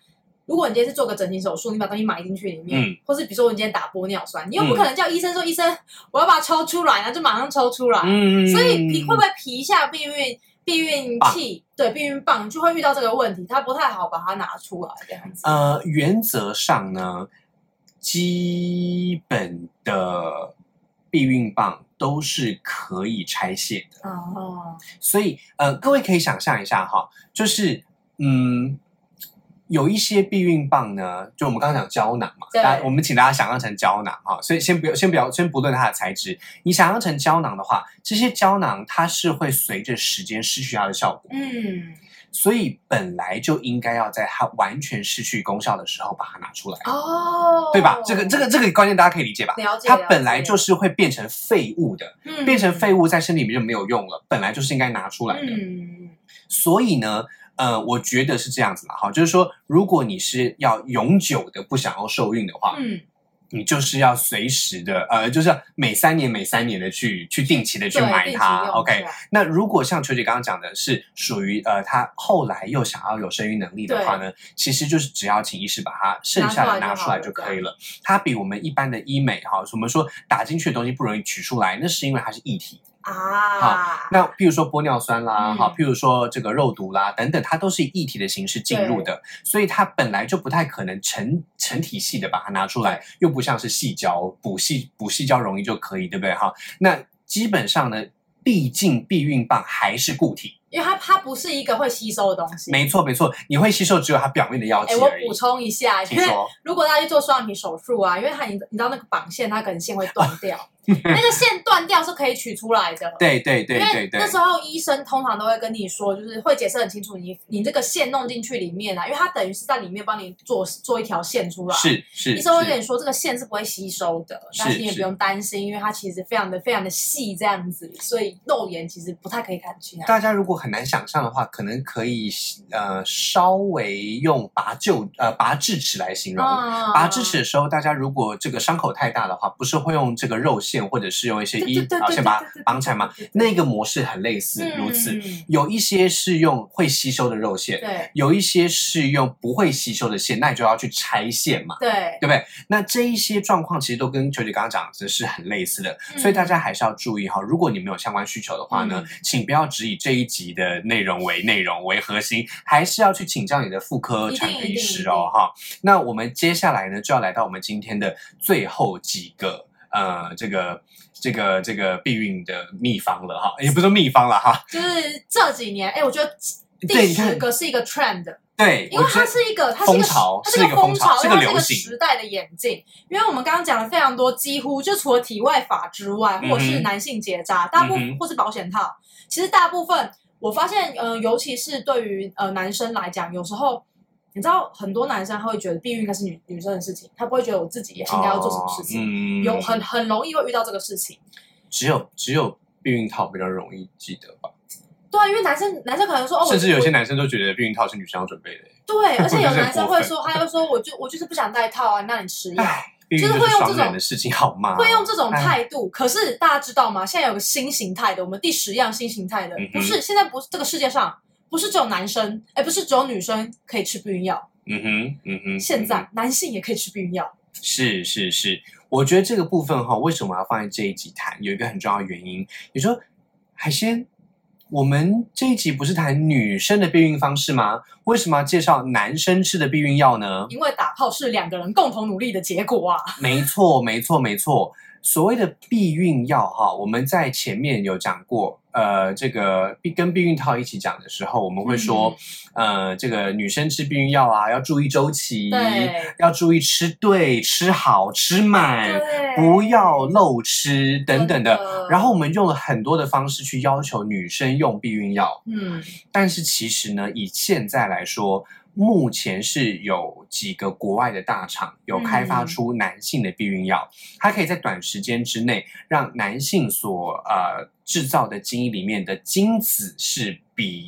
B: 如果你今天是做个整形手术，你把东西埋进去里面，
A: 嗯
B: 或是比如说我今天打玻尿酸，你又不
A: 嗯
B: 可能叫医生说、医生我要把它抽出来，然后就马上抽出来。
A: 嗯
B: 所以皮会不会皮下避孕避孕器对避孕棒就会遇到这个问题，它不太好把它拿出来这样子。
A: 呃，原则上呢，基本的避孕棒都是可以拆卸的，
B: 哦，
A: 所以呃，各位可以想象一下哈，就是嗯。有一些避孕棒呢，就我们刚刚讲胶囊嘛，
B: 对
A: 大我们请大家想象成胶囊哈，所以先不要先不要先不论它的材质，你想象成胶囊的话，这些胶囊它是会随着时间失去它的效果，
B: 嗯，
A: 所以本来就应该要在它完全失去功效的时候把它拿出来。
B: 哦，
A: 对吧？这个这个这个观念大家可以理解吧？
B: 了解，、
A: 它本来就是是会变成废物的，
B: 嗯
A: 变成废物在身体里面就没有用了，本来就是应该拿出来的。
B: 嗯，
A: 所以呢，呃，我觉得是这样子啦，哈，就是说，如果你是要永久的不想要受孕的话，
B: 嗯，
A: 你就是要随时的，呃，就是要每三年每三年的去去定期的去
B: 对，
A: 买
B: 定期
A: 它
B: 用
A: ，OK
B: 是。吧
A: 那如果像球姐刚刚讲的是属于呃，她后来又想要有生育能力的话呢，其实就是只要请医师把它剩下的拿
B: 拿
A: 出
B: 出
A: 来
B: 来
A: 就
B: 就好了
A: 可以了。它比我们一般的医美哈，我们说打进去的东西不容易取出来，那是因为它是液体。
B: 啊，
A: 那譬如说玻尿酸啦，
B: 嗯
A: 哈、譬如说这个肉毒啦等等，它都是以液体的形式进入的，所以它本来就不太可能成成体系的把它拿出来，又不像是细胶补细补细胶容易就可以，对不对哈？那基本上呢，毕竟避孕棒还是固体，
B: 因为它它不是一个会吸收的东西。
A: 没错没错，你会吸收只有它表面的药剂
B: 哎，我
A: 而已
B: 补。充一下，因
A: 请
B: 为
A: 说，
B: 如果大家去做双眼皮手术啊，因为它你你知道那个绑线，它可能线会断 掉，那个线断掉是可以取出来的。
A: 对对对
B: 因
A: 对
B: 为
A: 对
B: 那，时候医生通常都会跟你说，就是会解释很清楚你，你这个线弄进去里面啊，因为它等于是在里面帮你做做一条线出来。
A: 是是
B: 医生会跟
A: 是
B: 你说这个线是不会吸收的，
A: 是
B: 但是你也
A: 是
B: 不用担心，因为它其实非常的非常的细这样子，所以肉眼其实不太可以看清啊。
A: 大家如果很难想象的话，可能可以呃稍微用拔臼呃拔智齿来形容。
B: 啊
A: 拔智齿的时候，大家如果这个伤口太大的话，不是会用这个肉线或者是用一些
B: 对
A: 衣
B: 对对
A: 啊
B: 对
A: 先
B: 对
A: 把
B: 对
A: 它
B: 对
A: 绑起来嘛？
B: 对对对
A: 那个模式很类似，如此。
B: 嗯
A: 有一些是用会吸收的肉线，
B: 对
A: 有一些是用不会吸收的线，那你就要去拆线嘛，
B: 对
A: 对不对？那这一些状况其实都跟球姐刚刚讲的是很类似的，
B: 嗯
A: 所以大家还是要注意哈。如果你们有相关需求的话呢，
B: 嗯
A: 请不要只以这一集的内容为内容为核心，还是要去请教你的妇科
B: 一定
A: 产科医
B: 一
A: 师
B: 定
A: 哦哈。那我们接下来呢，就要来到我们今天的最后几个呃这个。这个这个避孕的秘方了哈，也不是秘方了哈，
B: 就是这几年，哎，我觉得第
A: 对，你看
B: 十个是一个 trend，
A: 对，
B: 因为
A: 我觉
B: 它
A: 得
B: 是一个，它是
A: 风
B: 一个
A: 潮
B: 它
A: 是
B: 一
A: 一个
B: 个
A: 风
B: 风
A: 潮是
B: 因
A: 个
B: 为它是一
A: 流
B: 个
A: 行
B: 时代的演进。因为我们刚刚讲了非常多，几乎就除了体外法之外，或者
A: 嗯
B: 是
A: 哼
B: 男性结扎，大部
A: 嗯哼
B: 或是保险套，其实大部分我发现，呃，尤其是对于呃男生来讲，有时候。你知道很多男生他会觉得避孕应该是女女生的事情，他不会觉得我自己也应该要做什么事情，
A: 哦嗯、
B: 有很很容易会遇到这个事情。
A: 只有只有避孕套比较容易记得吧，
B: 对啊，因为男生男生可能说哦，我
A: 甚至有些男生都觉得避孕套是女生要准备的，
B: 对，而且有
A: 我觉得
B: 男生
A: 过分
B: 会说，他又说我就我就是不想戴套啊，那你吃药。
A: 唉，避孕
B: 就是
A: 就是
B: 会用这
A: 双人
B: 种
A: 的事情好吗？
B: 会用这种
A: 唉
B: 态度。可是大家知道吗？现在有个新形态的，我们第十样新形态的
A: 嗯哼，
B: 不是现在不是这个世界上。不是只有男生，哎，不是只有女生可以吃避孕药。
A: 嗯哼，嗯哼，
B: 现
A: 嗯
B: 在男性也可以吃避孕药。
A: 哼是是是，我觉得这个部分哈，为什么要放在这一集谈，有一个很重要的原因。你说海鲜，我们这一集不是谈女生的避孕方式吗？为什么要介绍男生吃的避孕药呢？
B: 因为打炮是两个人共同努力的结果啊！
A: 没错，没错，没错。所谓的避孕药哈，我们在前面有讲过，呃，这个避跟避孕套一起讲的时候，我们会说，
B: 嗯
A: 呃，这个女生吃避孕药啊，要注意周期，
B: 对
A: 要注意吃对、吃好、吃满，
B: 对
A: 哎不要漏吃等等的。
B: 的
A: 然后我们用了很多的方式去要求女生用避孕药，
B: 嗯，
A: 但是其实呢，以现在来说，目前是有几个国外的大厂有开
B: 嗯
A: 发出男性的避孕药，它可以在短时间之内让男性所呃制造的精液里面的精子是比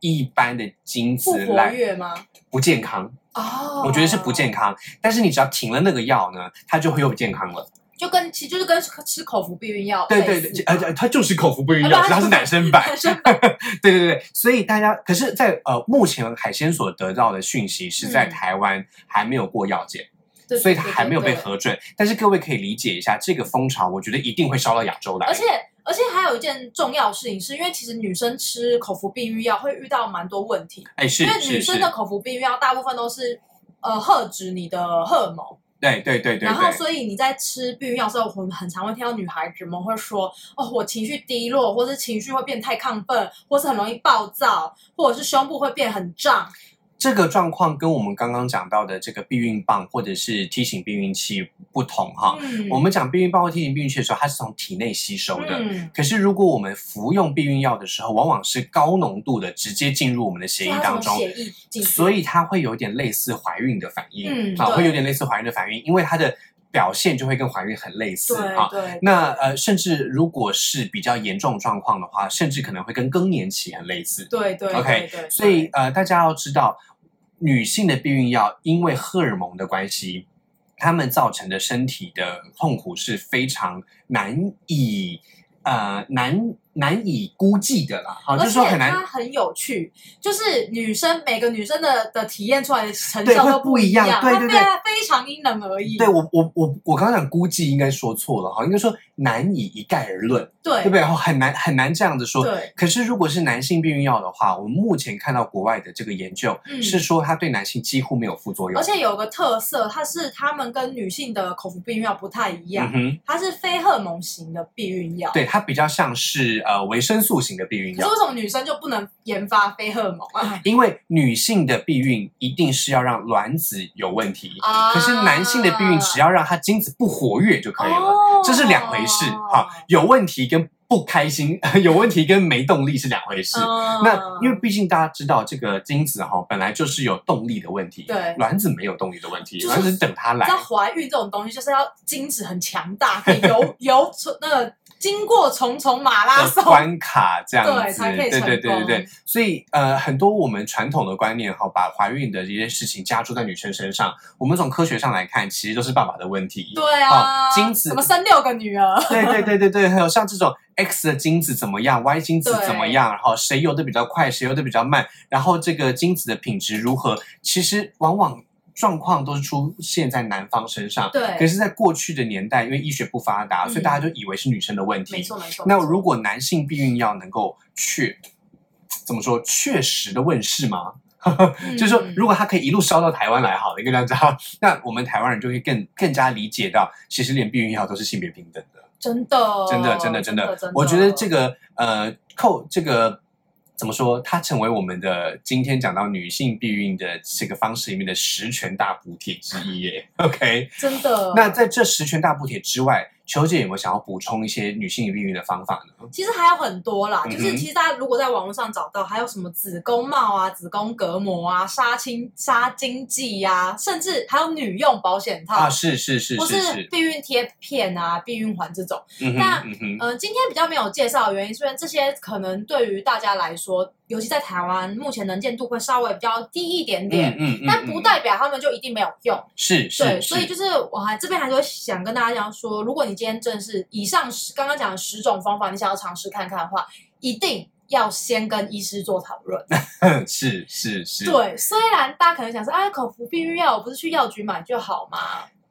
A: 一般的精
B: 不
A: 子
B: 活
A: 来
B: 跃吗？
A: 不健康，
B: 哦，
A: 我觉得是不健康。但是你只要停了那个药呢，它就会又健康了。
B: 就跟其实就是跟吃口服避孕药
A: 对对
B: 类似
A: 对，而且它就是口服避孕药，
B: 啊
A: 只是
B: 不
A: 它是男生版。
B: 男生版
A: 对对对，所以大家可是在，呃目前海鲜所得到的讯息是在
B: 嗯
A: 台湾还没有过药检，
B: 对
A: 所以
B: 对
A: 它
B: 对
A: 还没有被
B: 对
A: 核准。但是各位可以理解一下，这个风潮我觉得一定会烧到亚洲来。
B: 而且而且还有一件重要的事情是，因为其实女生吃口服避孕药会遇到蛮多问题，
A: 哎，是
B: 因为
A: 是
B: 女
A: 是
B: 生，的口服避孕药大部分都是呃遏制你的荷尔蒙，
A: 对对对对
B: 然后
A: 对，
B: 所以你在吃避孕药的时候，我们很常会听到女孩子们会说，哦，我情绪低落，或是情绪会变太亢奋，或是很容易暴躁，或者是胸部会变很胀，
A: 这个状况跟我们刚刚讲到的这个避孕棒或者是梯形避孕器不同哈。
B: 嗯，
A: 哦我们讲避孕棒或梯形避孕器的时候，它是从体内吸收的。
B: 嗯，
A: 可是，如果我们服用避孕药的时候，往往是高浓度的，直接进入我们的血
B: 所
A: 液
B: 以它
A: 当
B: 从
A: 中，
B: 血液进去，
A: 所以它会有点类似怀孕的反应，
B: 嗯
A: 啊，
B: 对
A: 会有点类似怀孕的反应，因为它的表现就会跟怀孕很类似
B: 对
A: 啊。
B: 对
A: 那呃，甚至如果是比较严重状况的话，甚至可能会跟更年期很类似。
B: 对对
A: OK，
B: 对对，
A: 所以呃，大家要知道，女性的避孕药因为荷尔蒙的关系，她们造成的身体的痛苦是非常难以呃难难以估计的啦。好，就
B: 而
A: 是
B: 且
A: 说很难
B: 它很有趣，就是女生每个女生的的体验出来的成
A: 对
B: 效
A: 会
B: 都
A: 不一
B: 一
A: 样对
B: 它
A: 对
B: 非
A: 对
B: 非常因人而异。
A: 对我我我我刚刚讲估计应该说错了哈，应该说难以一概而论，
B: 对
A: 对不对？然后很难很难这样子说。
B: 对，
A: 可是，如果是男性避孕药的话，我们目前看到国外的这个研究、
B: 嗯哦
A: 是说，它对男性几乎没有副作用。
B: 而且有个特色，它是他们跟女性的口服避孕药不太一样
A: 嗯，哼，
B: 它是非荷尔蒙型的避孕药。，
A: 对，它比较像是呃维生素型的避孕
B: 可是
A: 药，
B: 为什么女生就不能研发非荷尔蒙啊？
A: 因为女性的避孕一定是要让卵子有问题，
B: 啊
A: 可是男性的避孕只要让它精子不活跃就可以了，
B: 哦
A: 这是两回事哈、有问题跟不开心， 有问题跟没动力是两回事。
B: 嗯
A: 那因为毕竟大家知道，这个精子哈、本来就是有动力的问题，
B: 对
A: 卵子没有动力的问题，
B: 就是
A: 卵子等它
B: 你
A: 来
B: 知道。怀孕这种东西就是要精子很强大，可以 游游出那个经过重重马拉
A: 的
B: 松。
A: 关卡这样
B: 对
A: 子，
B: 才可以
A: 对对对
B: 成
A: 对
B: 功
A: 对，所以呃，很多我们传统的观念哈，把怀孕的这些事情加注在女生身上，我们从科学上来看，其实都是爸爸的问题。
B: 对啊，
A: 哦精子
B: 怎么生六个 女儿？
A: 对对对对对，还有像这种 X 的精子怎么样，Y 精子怎么样，然后谁游的比较快，谁游的比较慢，然后这个精子的品质如何，其实往往状况都是出现在男方身上。可
B: 对，
A: 是，在过去的年代，因为医学不发达，所以
B: 嗯
A: 大家就以为是女生的问题。
B: 没错没错。
A: 那如果男性避孕药能够确怎么说确实的问世吗？
B: 嗯
A: 就是说，如果它可以一路烧到台湾来，好了，应该这样讲， 那我们台湾人就会更更加理解到，其实连避孕药都是性别平等的。
B: 真的
A: 真的，真
B: 哦真
A: 的，真
B: 的
A: 的，，我觉得这个呃，扣这个怎么说？它成为我们的今天讲到女性避孕的这个方式里面的十全大补帖之一耶。OK，
B: 真的。
A: 那在这十全大补帖之外，球姐有没有想要补充一些女性避孕的方法呢？
B: 其实还有很多啦，
A: 嗯哼
B: 就是其实大家如果在网络上找到，还有什么子宫帽啊、子宫隔膜啊、杀青杀精剂呀、甚至还有女用保险套，
A: 啊，是是是
B: 或
A: 是
B: 是
A: 是，
B: 避孕贴片啊、避孕环这种。
A: 嗯
B: 那
A: 哼嗯哼，
B: 呃，今天比较没有介绍的原因，虽然这些可能对于大家来说，尤其在台湾目前能见度会稍微比较低一点点，
A: 嗯
B: 但不代表他们就一定没有用。
A: 是是，
B: 对，所以就是是我还这边还是会想跟大家讲说，如果你今天正是以上十刚刚讲的十种方法，你想要尝试看看的话，一定要先跟医师做讨
A: 嗯
B: 论。
A: 是是是，，
B: 对，虽然大家可能想说，啊，口服避孕药我不是去药局买就好嘛，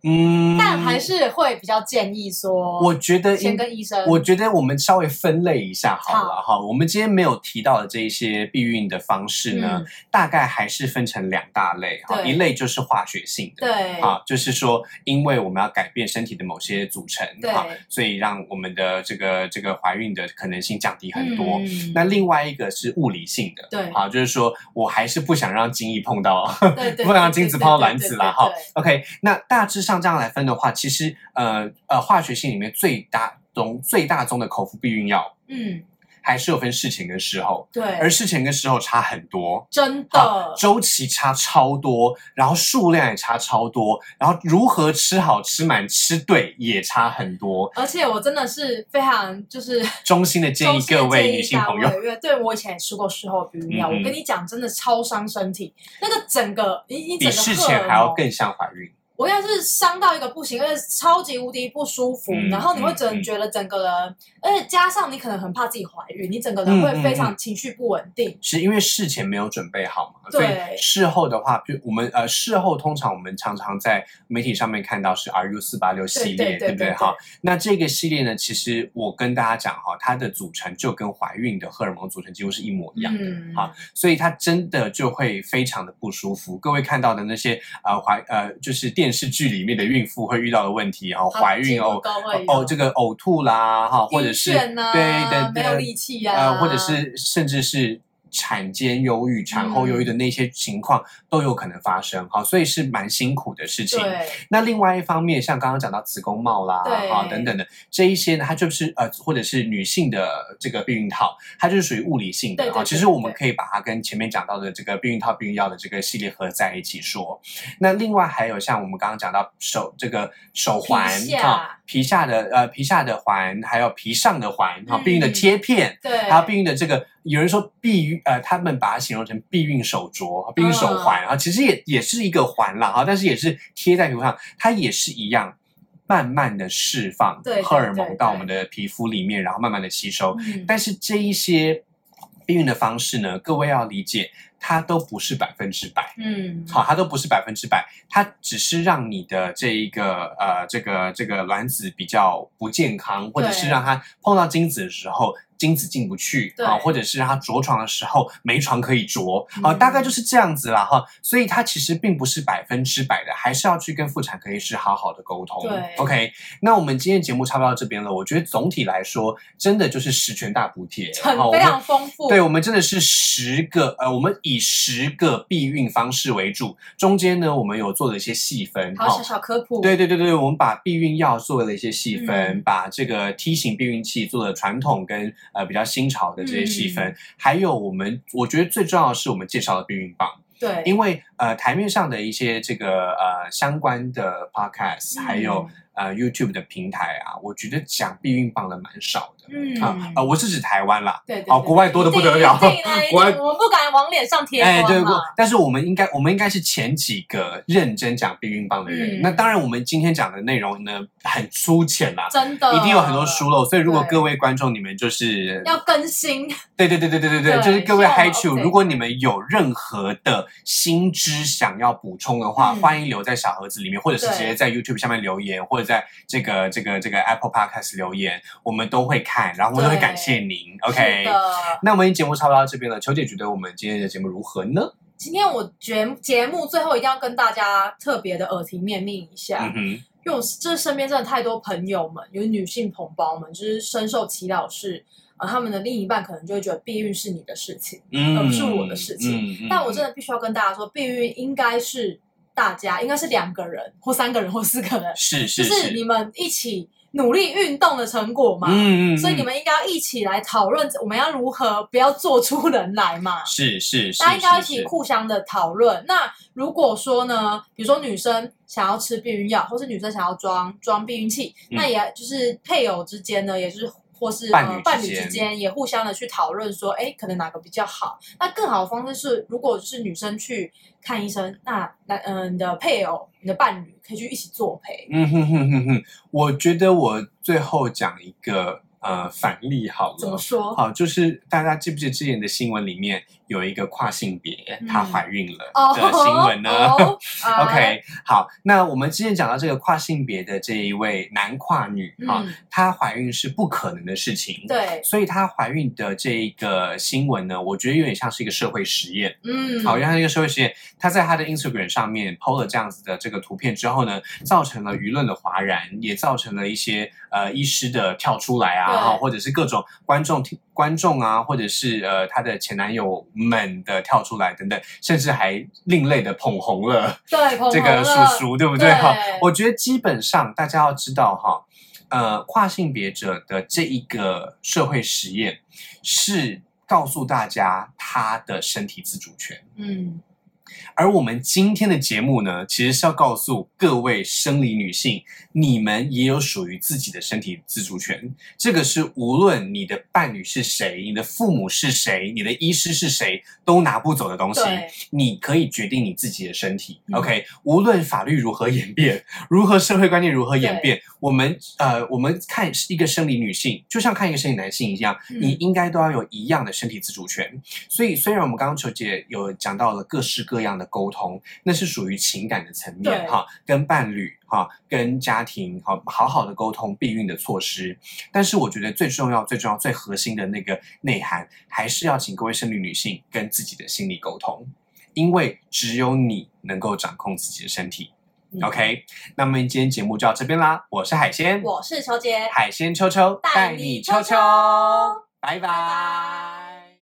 A: 嗯，
B: 但还是会比较建议说，
A: 我觉得
B: 先
A: 应
B: 跟医生。
A: 我觉得我们稍微分类一下好了哈。我们今天没有提到的这一些避孕的方式呢，
B: 嗯
A: 大概还是分成两大类哈。
B: 对
A: 一类就是化学性的，
B: 对，
A: 啊，就是说，因为我们要改变身体的某些组成，
B: 对
A: 哈，所以让我们的这个这个怀孕的可能性降低很多。
B: 嗯
A: 那另外一个是物理性的，
B: 对
A: 好，就是说我还是不想让精液碰到，
B: 对对，
A: 不能让精子
B: 对
A: 碰到卵子啦哈。
B: 对对对对
A: OK，那大致上这样来分的话，其实呃呃，化学性里面最大宗最大宗的口服避孕药
B: 嗯，
A: 还是有分事前跟事后，
B: 对，
A: 而事前跟事后差很多。
B: 真
A: 啊
B: 的，
A: 周期差超多，然后数量也差超多，然后如何吃好、吃满、吃对也差很多。
B: 而且我真的是非常就是
A: 衷心的建议各位女性朋友，，
B: 因为对我以前也吃过事后避孕药，
A: 嗯嗯
B: 我跟你讲，真的超伤身体，那个整个你你整
A: 比
B: 个
A: 事
B: 荷
A: 前
B: 尔
A: 还要
B: 蒙
A: 更像怀孕。
B: 我应该是伤到一个不行，而且超级无敌不舒服，
A: 嗯
B: 然后你会
A: 嗯嗯
B: 整觉得整个人，而且加上你可能很怕自己怀孕，你整个人
A: 嗯嗯
B: 会
A: 嗯
B: 非常情绪不稳定，
A: 是因为事前没有准备好嘛，所
B: 对
A: 以事后的话，就我们呃事后通常我们常常在媒体上面看到是 RU 四八六系列，
B: 对对对
A: 不对
B: 对
A: 哈？那这个系列呢，其实我跟大家讲哈，它的组成就跟怀孕的荷尔蒙组成几乎是一模一样的。
B: 嗯，
A: 好所以它真的就会非常的不舒服。各位看到的那些呃怀呃，就是电视剧里面的孕妇会遇到的问题哦，
B: 好哎
A: 怀孕
B: 几乎
A: 哦
B: 都会有
A: 哦这个呕吐啦哈，或者是
B: 晕眩啊
A: 对对对，
B: 没有力气啊，
A: 呃，或者是甚至是产间忧郁、产后
B: 嗯
A: 忧郁的那些情况都有可能发生，好，所以是蛮辛苦的事情。
B: 对。
A: 那另外一方面，像刚刚讲到子宫帽啦，
B: 对
A: 啊等等的这一些呢，它就是呃，或者是女性的这个避孕套，它就是属于物理性的
B: 对
A: 啊。
B: 对
A: 其
B: 对
A: 实我们
B: 对
A: 可以把它跟前面讲到的这个避孕套、避孕药的这个系列合在一起说。那另外还有像我们刚刚讲到手这个手环
B: 皮下
A: 啊，皮下的呃皮下的环，还有皮上的环啊，
B: 嗯
A: 避孕的贴片。
B: 对，
A: 还有避孕的这个，有人说避孕，呃，他们把它形容成避孕手镯、避孕手
B: 嗯
A: 环啊，其实也也是一个环啦哈，但是也是贴在皮肤上，它也是一样，慢慢的释放
B: 对对
A: 荷尔蒙
B: 对
A: 到
B: 对
A: 我们的皮肤里面，然后慢慢的吸收。
B: 嗯
A: 但是这一些避孕的方式呢，各位要理解，它都不是百分之百。
B: 嗯，
A: 好，它都不是百分之百，它只是让你的这一个呃，这个这个卵子比较不健康，或者是
B: 对
A: 让它碰到精子的时候，精子进不去
B: 对
A: 啊，或者是让它着床的时候没床可以着啊，
B: 嗯
A: 大概就是这样子啦哈。所以它其实并不是百分之百的，还是要去跟妇产科医师好好的沟通。
B: 对
A: OK，那我们今天节目差不多到这边了，我觉得总体来说，真的就是十全大补帖，
B: 很
A: 好我
B: 非
A: 们
B: 常丰富。
A: 对，我们真的是十个，呃，我们以十个避孕方式为主，中间呢，我们有做了一些细分，哦
B: 还有小小科普，
A: 对对对对，我们把避孕药做了一些细分，
B: 嗯
A: 把这个梯形避孕器做了传统跟呃比较新潮的这些细分，
B: 嗯
A: 还有我们我觉得最重要的是我们介绍了避孕棒，
B: 对，
A: 因为呃台面上的一些这个呃相关
B: 嗯
A: 的 podcast，、还有呃 YouTube 的平台啊，我觉得讲避孕棒的蛮少的、
B: 嗯
A: 啊啊、呃我是指台湾啦，
B: 对对对
A: 哦，国外多的不得了，
B: 一定的一定
A: 国外
B: 的我们不敢往脸上贴
A: 哎，对
B: 光啊
A: 过
B: 嘛。，
A: 但是我们应该，我们应该是前几个认真讲避孕棒的人。
B: 嗯
A: 那当然，我们今天讲的内容呢，很粗浅啦，
B: 真的
A: 一定有很多疏漏。所以，如果
B: 呃对
A: 各位观众你们就是，
B: 要更新，
A: 对对对对对对对，
B: 对
A: 就是各位
B: 希望
A: Hi
B: 我
A: Chu，
B: update
A: 如果你们有任何的新知想要补充的话，
B: 嗯
A: 欢迎留在小盒子里面，或者是
B: 对
A: 直接在 YouTube 下面留言，或者在这个这个这个 Apple Podcast 留言，我们都会看，然后我们都会
B: 对
A: 感谢您。
B: 是
A: OK，
B: 的。
A: 那我们节目差不多到这边了，球姐觉得我们今天的节目如何呢？
B: 今天我节节目最后一定要跟大家特别的耳提面命一下，
A: 嗯哼。
B: 因为我这身边真的太多朋友们，有女性同胞们，就是深受其扰是，呃，他们的另一半可能就会觉得避孕是你的事情，
A: 嗯，
B: 而呃不是我的事情
A: 嗯嗯
B: 但我真的必须要跟大家说，避孕应该是大家，应该是两个人或三个人或四个人，
A: 是
B: 就是是你们一起努力运动的成果嘛。
A: 嗯嗯，
B: 所以你
A: 嗯
B: 们应该要一起来讨论，我们要如何不要做出人来嘛。
A: 嗯是是是，
B: 大家应该要一
A: 是
B: 起
A: 是
B: 互相的讨论。那如果说呢，比如说女生想要吃避孕药，或是女生想要装装避孕器，
A: 嗯
B: 那也就是配偶之间呢，也就是。或是
A: 伴侣
B: 呃
A: 之
B: 伴侣
A: 间
B: 之间也互相的去讨论说，哎，可能哪个比较好？那更好的方式是，如果是女生去看医生，那那嗯、呃你的配偶、你的伴侣可以去一起作陪。
A: 嗯哼哼哼哼，我觉得我最后讲一个呃反例好
B: 怎么
A: 了。
B: 说？
A: 好，就是大家记不记得之前的新闻里面有一个跨性别
B: 嗯
A: 她怀孕了
B: 哦，
A: 的新闻呢、
B: 哦啊
A: OK，好，那我们之前讲到这个跨性别的这一位男跨女啊，
B: 嗯，
A: 她怀孕是不可能的事情，
B: 对，
A: 所以她怀孕的这一个新闻呢，我觉得有点像是一个社会实验。
B: 嗯，
A: 好，因为他这个社会实验，他在他的 Instagram 上面 PO 了这样子的这个图片之后呢，造成了舆论的哗然，也造成了一些呃医师的跳出来啊，
B: 对
A: 然后或者是各种观众听观众啊，或者是呃他的前男友们的跳出来等等，甚至还另类的捧红了
B: 对，捧
A: 这
B: 红
A: 个
B: 了
A: 叔叔，对不对？哈
B: 对，
A: 我觉得基本上大家要知道哈，呃，跨性别者的这一个社会实验是告诉大家他的身体自主权。
B: 嗯，
A: 而我们今天的节目呢，其实是要告诉各位生理女性，你们也有属于自己的身体自主权。这个是无论你的伴侣是谁、你的父母是谁、你的医师是谁，都拿不走的东西。
B: 对，
A: 你可以决定你自己的身体。
B: 嗯
A: OK，无论法律如何演变， 如何社会观念如何演变，我们呃，我们看一个生理女性，就像看一个生理男性一样，
B: 嗯
A: 你应该都要有一样的身体自主权。所以，虽然我们刚刚球姐有讲到了各式各样的沟通，那是属于情感的层面
B: 对
A: 哈，跟伴侣哈，跟家庭哈，好好的沟通避孕的措施。但是，我觉得最重要、最重要、最核心的那个内涵，还是要请各位生理女性跟自己的心理沟通。因为只有你能够掌控自己的身体。
B: 嗯
A: OK，那么今天节目就到这边啦。我是海鲜，
B: 我是乔杰，
A: 海鲜秋秋，
B: 带你秋秋
A: 拜拜。